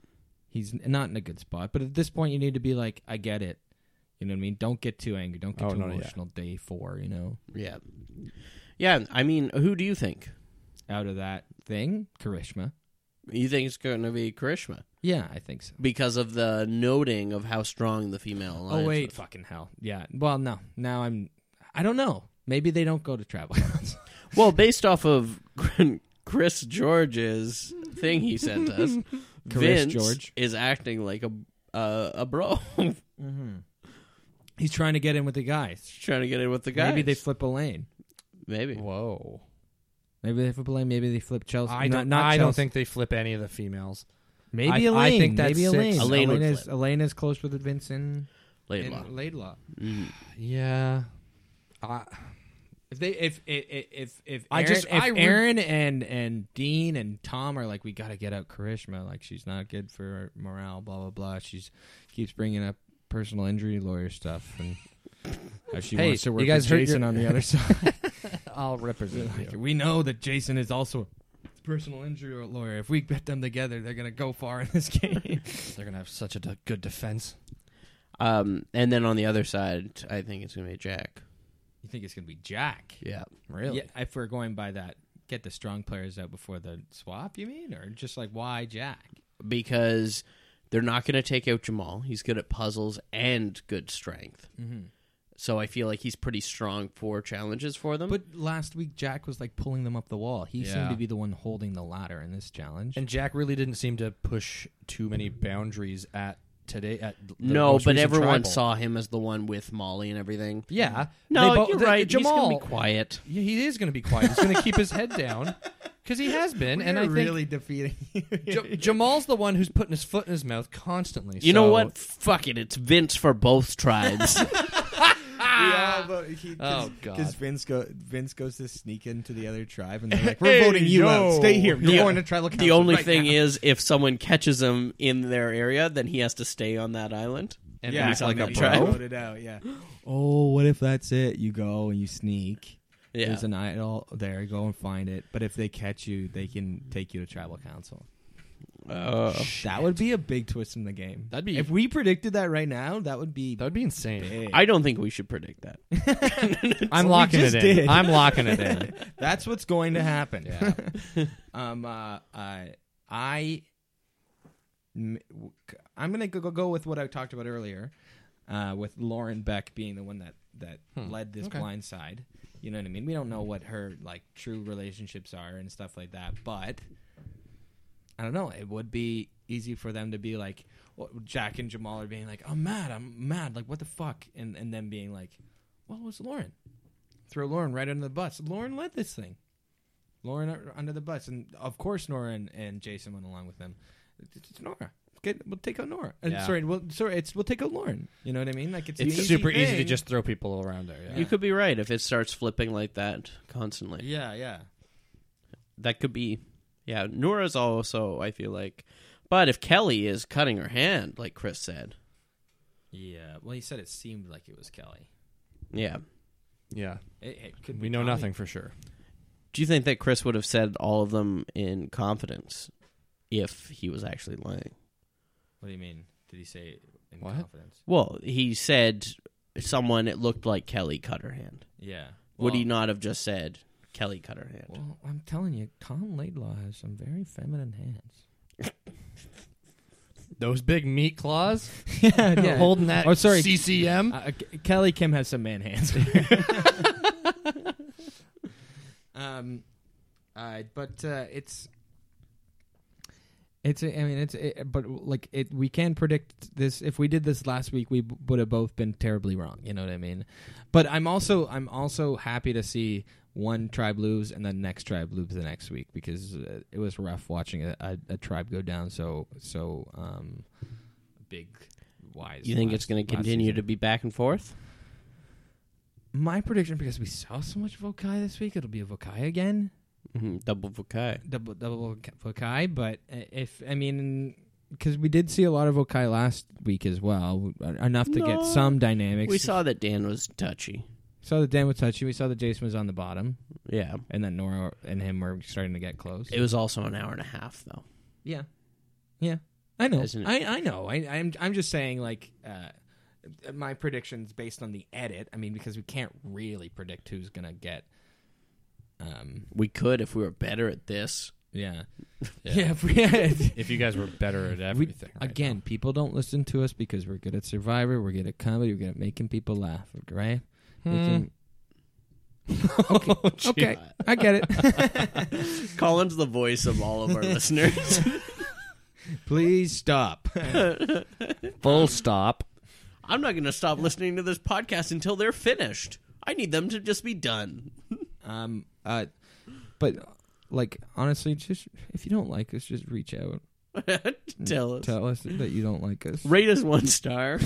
He's n- not in a good spot. But at this point, you need to be like, "I get it." You know what I mean? Don't get too angry. Don't get
Oh,
too
no, yeah.
emotional. Day four. You know.
Mm-hmm. Yeah, yeah. I mean, who do you think?
out of that thing, Karishma.
You think it's gonna be Krishma
Yeah, I think so.
because of the noting of how strong the female alliance.
oh wait,
was.
fucking hell. Yeah. Well, no. Now I'm. I don't know. Maybe they don't go to travel hounds.
Well, based off of Chris George's thing he sent us, Vince
George.
is acting like a uh, a bro,
Mm-hmm.
He's trying to get in with the guys.
trying to get in with the guys.
Maybe they flip a lane.
Maybe.
whoa.
Maybe they flip a lane. Maybe they flip Chelsea.
I
Not-
don't.
Not,
I don't
Chelsea.
think they flip any of the females.
Maybe
I-
a
I
lane.
think that's
maybe a
six.
lane.
Elaine would
is,
flip.
Elaine is close with Vincent.
Laidlaw.
and Laidlaw.
Mhm.
Yeah. I,
If they if if if if
I
Aaron,
just-
if
I re-
Aaron and and Dean and Tom are like we got to get out Karishma like she's not good for morale blah blah blah she's keeps bringing up personal injury lawyer stuff and how she
Hey,
wants to
you
work
guys
with
heard
Jason
your-
on the other side.
I'll represent
Like, we know that Jason is also a personal injury lawyer. If we bet them together, they're gonna go far in this game.
They're gonna have such a de- good defense.
Um, and then on the other side, I think it's gonna be Jack.
you think it's gonna be Jack?
Yeah.
Really?
Yeah, if we're going by that, get the strong players out before the swap. You mean, or just like why Jack?
because they're not going to take out Jamal. He's good at puzzles and good strength.
Mm-hmm.
So I feel like he's pretty strong for challenges for them.
But last week Jack was like pulling them up the wall. He seemed
Yeah.
to be the one holding the ladder in this challenge.
And Jack really didn't seem to push too many boundaries at today. At the
no,
most
but
recent
everyone
tribal.
saw him as the one with Molly and everything.
Yeah.
No,
They bo-
you're
the-
right. He's
Jamal.
gonna be quiet.
Yeah, he is going to be quiet. He's going to keep his head down because he has been, and I think
defeating.
Ja- Jamal's the one who's putting his foot in his mouth constantly.
You know
so-
what? Fuck it. It's Vince for both tribes.
Oh god.
Because Vince, go, Vince goes to sneak into the other tribe, and they're like, "We're
Hey,
voting you out.
yo.
Stay here. You're
Yeah.
going to tribal council."
the only
right
thing
now."
is, if someone catches him in their area, then he has to stay on that island.
And
yeah,
he's like
maybe
a
you
pro.
voted out. Yeah. Oh, what if that's it? You go and you sneak.
Yeah.
There's an idol there. Go and find it. But if they catch you, they can take you to tribal council.
Uh,
That would be a big twist in the game.
That'd be-
if we predicted that right now. That would be.
that would be insane.
big.
I don't think we should predict that.
I'm
we
locking it
just
in.
did.
I'm locking it in.
That's what's going to happen.
Yeah.
um. Uh. I. I m- w- c- I'm gonna go, go go with what I talked about earlier, uh, with Lauren Beck being the one that that led this
Hmm. Okay.
blind side. You know what I mean? We don't know what her like true relationships are and stuff like that, but I don't know. It would be easy for them to be like well, Jack and Jamal are being like, "I'm mad, I'm mad, like what the fuck," and and then being like, "Well, it was Lauren." Throw Lauren right under the bus. Lauren led this thing. Lauren u- under the bus, and of course Nora and, and Jason went along with them. It's, it's Nora. Get, we'll take out Nora. Uh,
Yeah.
Sorry, we'll, sorry, it's we'll take out Lauren. You know what I mean? Like it's, an
It's super easy to
thing.
just throw people around there. Yeah.
You could be right if it starts flipping like that constantly.
yeah, yeah.
that could be yeah nora's also i feel like but if kelly is cutting her hand like chris said
Yeah. Well, he said it seemed like it was Kelly.
yeah
yeah.
It, it could
We
be
know
Tommy.
nothing for sure.
do you think that chris would have said all of them in confidence if he was actually lying
What do you mean? Did he say it in
What?
confidence?
well he said someone it looked like kelly cut her hand
Yeah.
would
Well,
he not have just said Kelly cut her hand.
Well, I'm telling you, Con Laidlaw has some very feminine hands.
Those big meat claws
yeah,
holding that.
Oh, sorry.
CCM.
Uh, K- Kelly Kim has some man hands. um, uh, but uh, it's it's. I mean, it's. It, but like, it we can predict this. If we did this last week, we b- would have both been terribly wrong. You know what I mean? But I'm also I'm also happy to see one tribe lose and the next tribe lose the next week because uh, it was rough watching a, a, a tribe go down so so um big wise.
You think it's going to continue to be back and forth?
my prediction because we saw so much Vokai this week, it'll be a Vokai again,
Mhm, Double Vokai.
double double Vokai. But uh, if I mean, because we did see a lot of Vokai last week as well, uh, enough to
No.
get some dynamics.
We saw that Dan was touchy.
saw that Dan was touching. We saw that Jason was on the bottom,
Yeah.
and then Nora and him were starting to get close.
It was also an hour and a half, though.
yeah, yeah, I know.
Isn't it-
I I know. I I'm I'm just saying like. uh my predictions based on the edit. I mean, because we can't really predict who's gonna get um,
We could if we were better at this.
Yeah.
Yeah.
Yeah. if we had,
If you guys were better at everything, right
again, people don't listen to us because we're good at Survivor, we're good at comedy, we're good at making people laugh, right? Making- okay.
Oh,
okay. I get it.
uh, Colin's the voice of all of our listeners.
Please stop.
full stop.
I'm not going to stop listening to this podcast until they're finished. I need them to just be done.
Um uh but like honestly just if you don't like us just reach out.
Tell us.
Tell us that you don't like us.
Rate us one star.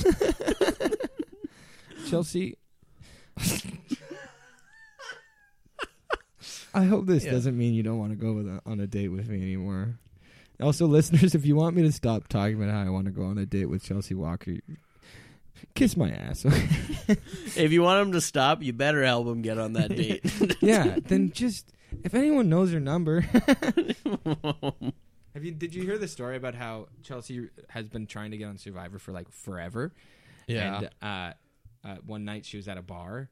Chelsea I hope this doesn't mean you don't want to go with a, on a date with me anymore. Also, listeners, if you want me to stop talking about how I want to go on a date with Chelsea Walker, kiss my ass.
if you want them to stop, you better help them get on that date.
yeah, then just if anyone knows her number. Have you? Did you hear the story about how Chelsea has been trying to get on Survivor for like forever?
Yeah.
And uh, uh, one night she was at a bar,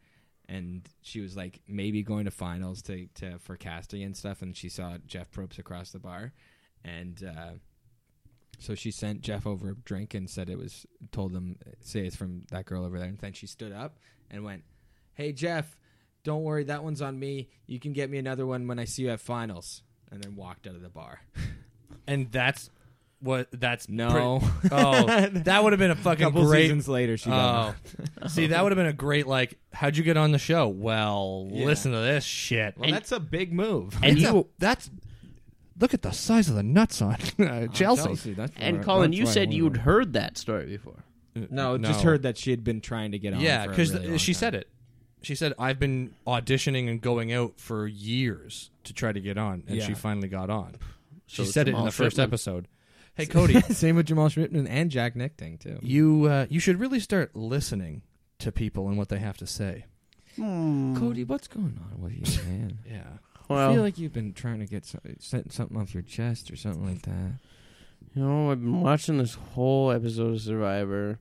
and she was like maybe going to finals to, to for casting and stuff, and she saw Jeff Probst across the bar, and uh, so she sent Jeff over a drink and said it was told him say it's from that girl over there, and then she stood up and went, "Hey Jeff, don't worry, that one's on me. You can get me another one when I see you at finals." And then walked out of the bar.
and that's what. That's
No,
pretty- oh, that would have been a fucking
couple
great.
seasons later, she
Oh,
got
see, that would have been a great like. How'd you get on the show? Well, listen to this shit.
Well, that's a big move.
And
It's a-
you
that's look at the size of the nuts on uh, Chelsea.
that's
and Colin, you said you'd heard that story before.
no, just heard that she had been trying to get on.
Yeah,
because
because she said it. She said I've been auditioning and going out for years to try to get on, and she
Yeah.
finally got on. She
it's
said it in
Jamal
the first
Shipman.
episode. Hey Cody,
Same with Jamal Schmidtman and Jack Nickting too.
you uh, you should really start listening to people and what they have to say. Mm.
Cody, what's going on with you, man?
Yeah,
I feel
Well,
like you've been trying to get so- set something off your chest or something like that.
you know, I've been watching this whole episode of Survivor.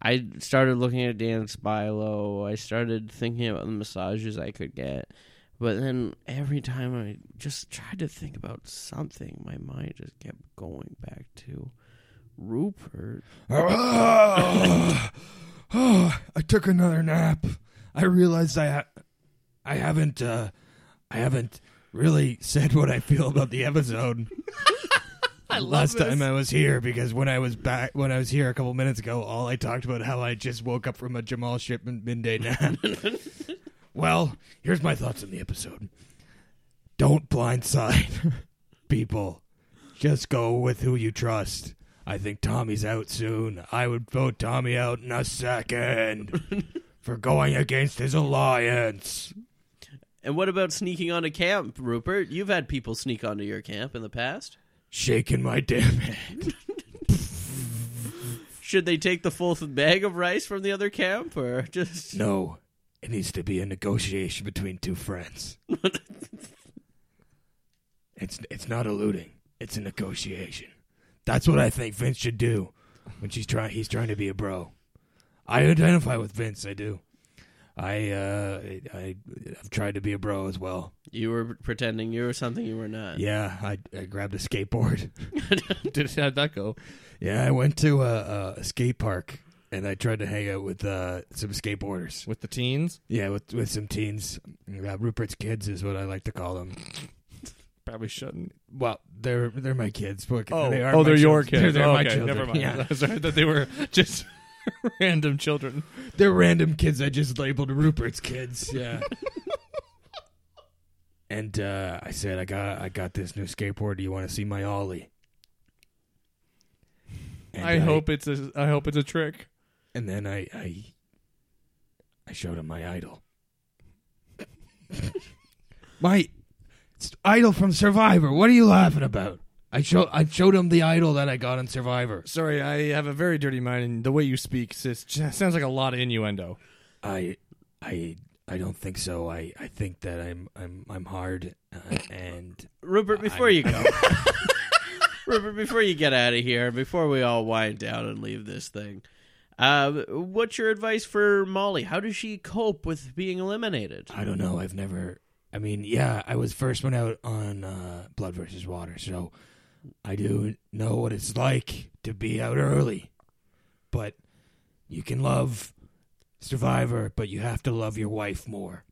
I started looking at Dan's Bilo. I started thinking about the massages I could get. But then every time I just tried to think about something, my mind just kept going back to Rupert.
oh, I took another nap. I realized I ha- I haven't uh, I haven't really said what I feel about the episode. Last time I was here because when I was back when I was here a couple minutes ago, all I talked about how I just woke up from a Jamal shipment midday nap. well, here's my thoughts on the episode. Don't blindside people. Just go with who you trust. I think Tommy's out soon. I would vote Tommy out in a second for going against his alliance.
And what about sneaking onto camp, Rupert? You've had people sneak onto your camp in the past.
Shaking my damn head.
Should they take the full bag of rice from the other camp, or just
No, it needs to be a negotiation between two friends. it's it's not a looting. It's a negotiation. That's what I think Vince should do when she's trying. He's trying to be a bro. I identify with Vince. I do. I uh, I I've tried to be a bro as well.
You were pretending you were something you were not.
Yeah, I, I grabbed a skateboard.
Did how'd that go?
Yeah, I went to a, a skate park and I tried to hang out with uh, some skateboarders.
With the teens?
Yeah, with with some teens. Uh, Rupert's kids is what I like to call them.
Probably shouldn't.
Well, they're they're my kids. But they are
oh,
my
they're your
children.
kids.
They're, they're
Oh,
my
okay,
children.
never mind.
Yeah.
Sorry that they were just random children.
They're random kids I just labeled Rupert's kids. Yeah. and uh, I said, I got I got this new skateboard. Do you want to see my ollie? And
I hope it's a. I hope it's a trick.
And then I I, I showed him my idol. my it's idol from Survivor. What are you laughing about? I show I showed him the idol that I got in Survivor.
Sorry, I have a very dirty mind, and the way you speak sis, sounds like a lot of innuendo.
I I I don't think so. I, I think that I'm I'm I'm hard uh, and
Rupert, before you go. Rupert, before you get out of here, before we all wind down and leave this thing, um, what's your advice for Molly? How does she cope with being eliminated?
I don't know. I've never. I mean, yeah, I was first one out on uh, Blood versus Water, so I do know what it's like to be out early. But you can love Survivor, but you have to love your wife more.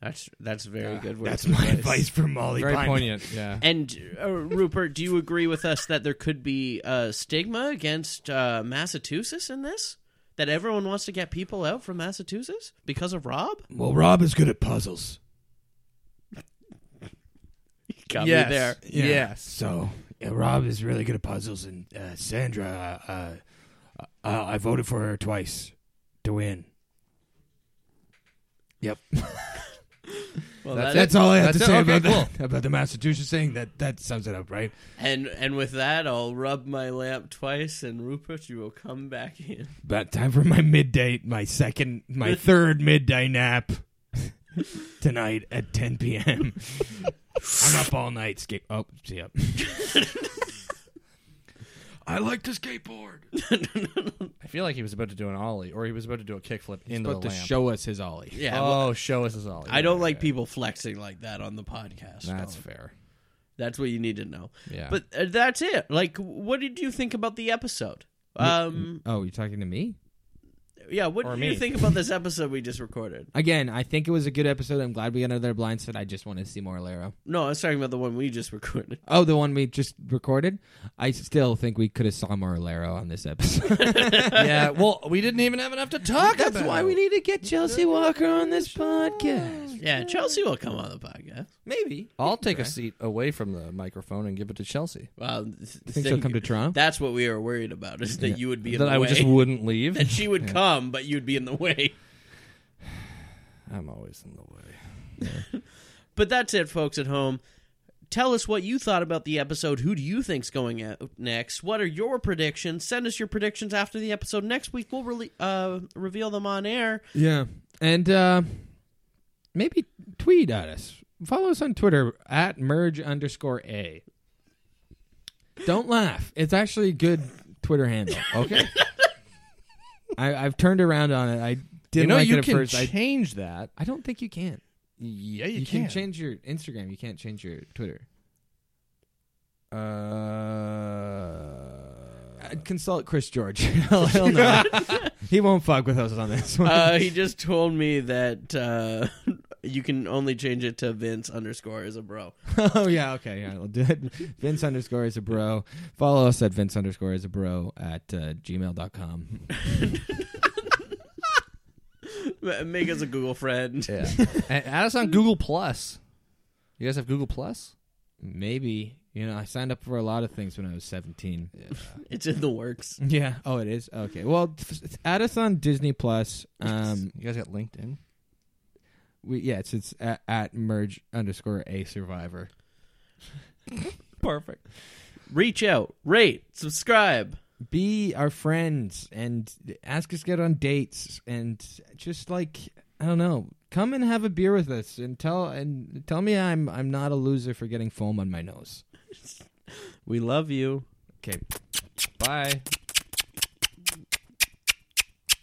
That's that's very good. Words
Ah, That's
of
my advice for Molly.
Very
Pine.
poignant. Yeah.
And uh, Rupert, do you agree with us that there could be a stigma against uh, Massachusetts in this? That everyone wants to get people out from Massachusetts because of Rob?
Well, Rob is good at puzzles,
Got
Yes.
me there.
Yeah.
Yes.
so yeah, Rob is really good at puzzles. And uh, Sandra, uh, uh, I voted for her twice to win. Yep.
Well, that-
That's, that's all I have
that's
to
it.
say
Okay,
about that, about the Massachusetts thing. That that sums it up, right?
And and with that, I'll rub my lamp twice, and Rupert, you will come back in.
About time for my midday, my second, my third midday nap tonight at 10 p.m. I'm up all night. Skate. Oh, see up. I like to skateboard.
I feel like he was about to do an ollie, or he was about to do a kickflip into
But
the
to
lamp.
show us his ollie.
Yeah, well,
oh, show us his ollie.
I don't
Yeah,
like
yeah.
people flexing like that on the podcast.
That's
though.
fair.
that's what you need to know.
Yeah.
But uh, that's it. Like, what did you think about the episode? Um,
Oh, you're talking to me?
yeah, what
Or
did
me.
you think about this episode we just recorded?
Again, I think it was a good episode. I'm glad we got another blindside. I just want to see more Laro.
No, I was talking about the one we just recorded.
Oh, the one we just recorded? I still think we could have saw more Laro on this episode.
yeah. Well, we didn't even have enough to talk about.
need to get Chelsea Walker on this podcast.
Yeah, Chelsea will come on the podcast.
Maybe.
I'll take a seat away from the microphone and give it to Chelsea.
Wow, th-
think she'll come to Toronto?
That's what we were worried about is that you would be in
That
the
I
way.
would just wouldn't leave.
that she would come, but you'd be in the way.
I'm always in the way.
But that's it, folks at home. Tell us what you thought about the episode. Who do you think's going out next? What are your predictions? Send us your predictions after the episode. Next week, we'll rele uh, reveal them on air.
Yeah. And uh, maybe tweet at us. Follow us on Twitter at merge underscore A. Don't laugh. It's actually a good Twitter handle, okay? I, I've turned around on it. I didn't
you know
like
you
it at
can
first. I,
change that.
I don't think you can.
Yeah,
You, can. change your Instagram. You can't change your Twitter.
Uh,
I'd consult Chris George. he'll, he'll know. he won't fuck with us on this one.
Uh, he just told me that uh, you can only change it to Vince underscore is a bro.
oh yeah, okay, yeah, we'll do it. Vince underscore is a bro. Follow us at Vince underscore is a bro at uh, gmail.com.
M- Make us a Google friend.
yeah. and add us on Google Plus. You guys have Google Plus?
Maybe you know I signed up for a lot of things when I was seventeen.
Yeah.
It's in the works.
Yeah. Oh, it is okay. Well, f- f- add us on Disney Plus. Um,
you guys got LinkedIn?
we yeah, it's, it's at, at merge underscore a survivor. Perfect.
Reach out, rate, subscribe.
be our friends and ask us to get on dates and just like I don't know, come and have a beer with us and tell and tell me I'm I'm not a loser for getting foam on my nose.
We love you.
Bye.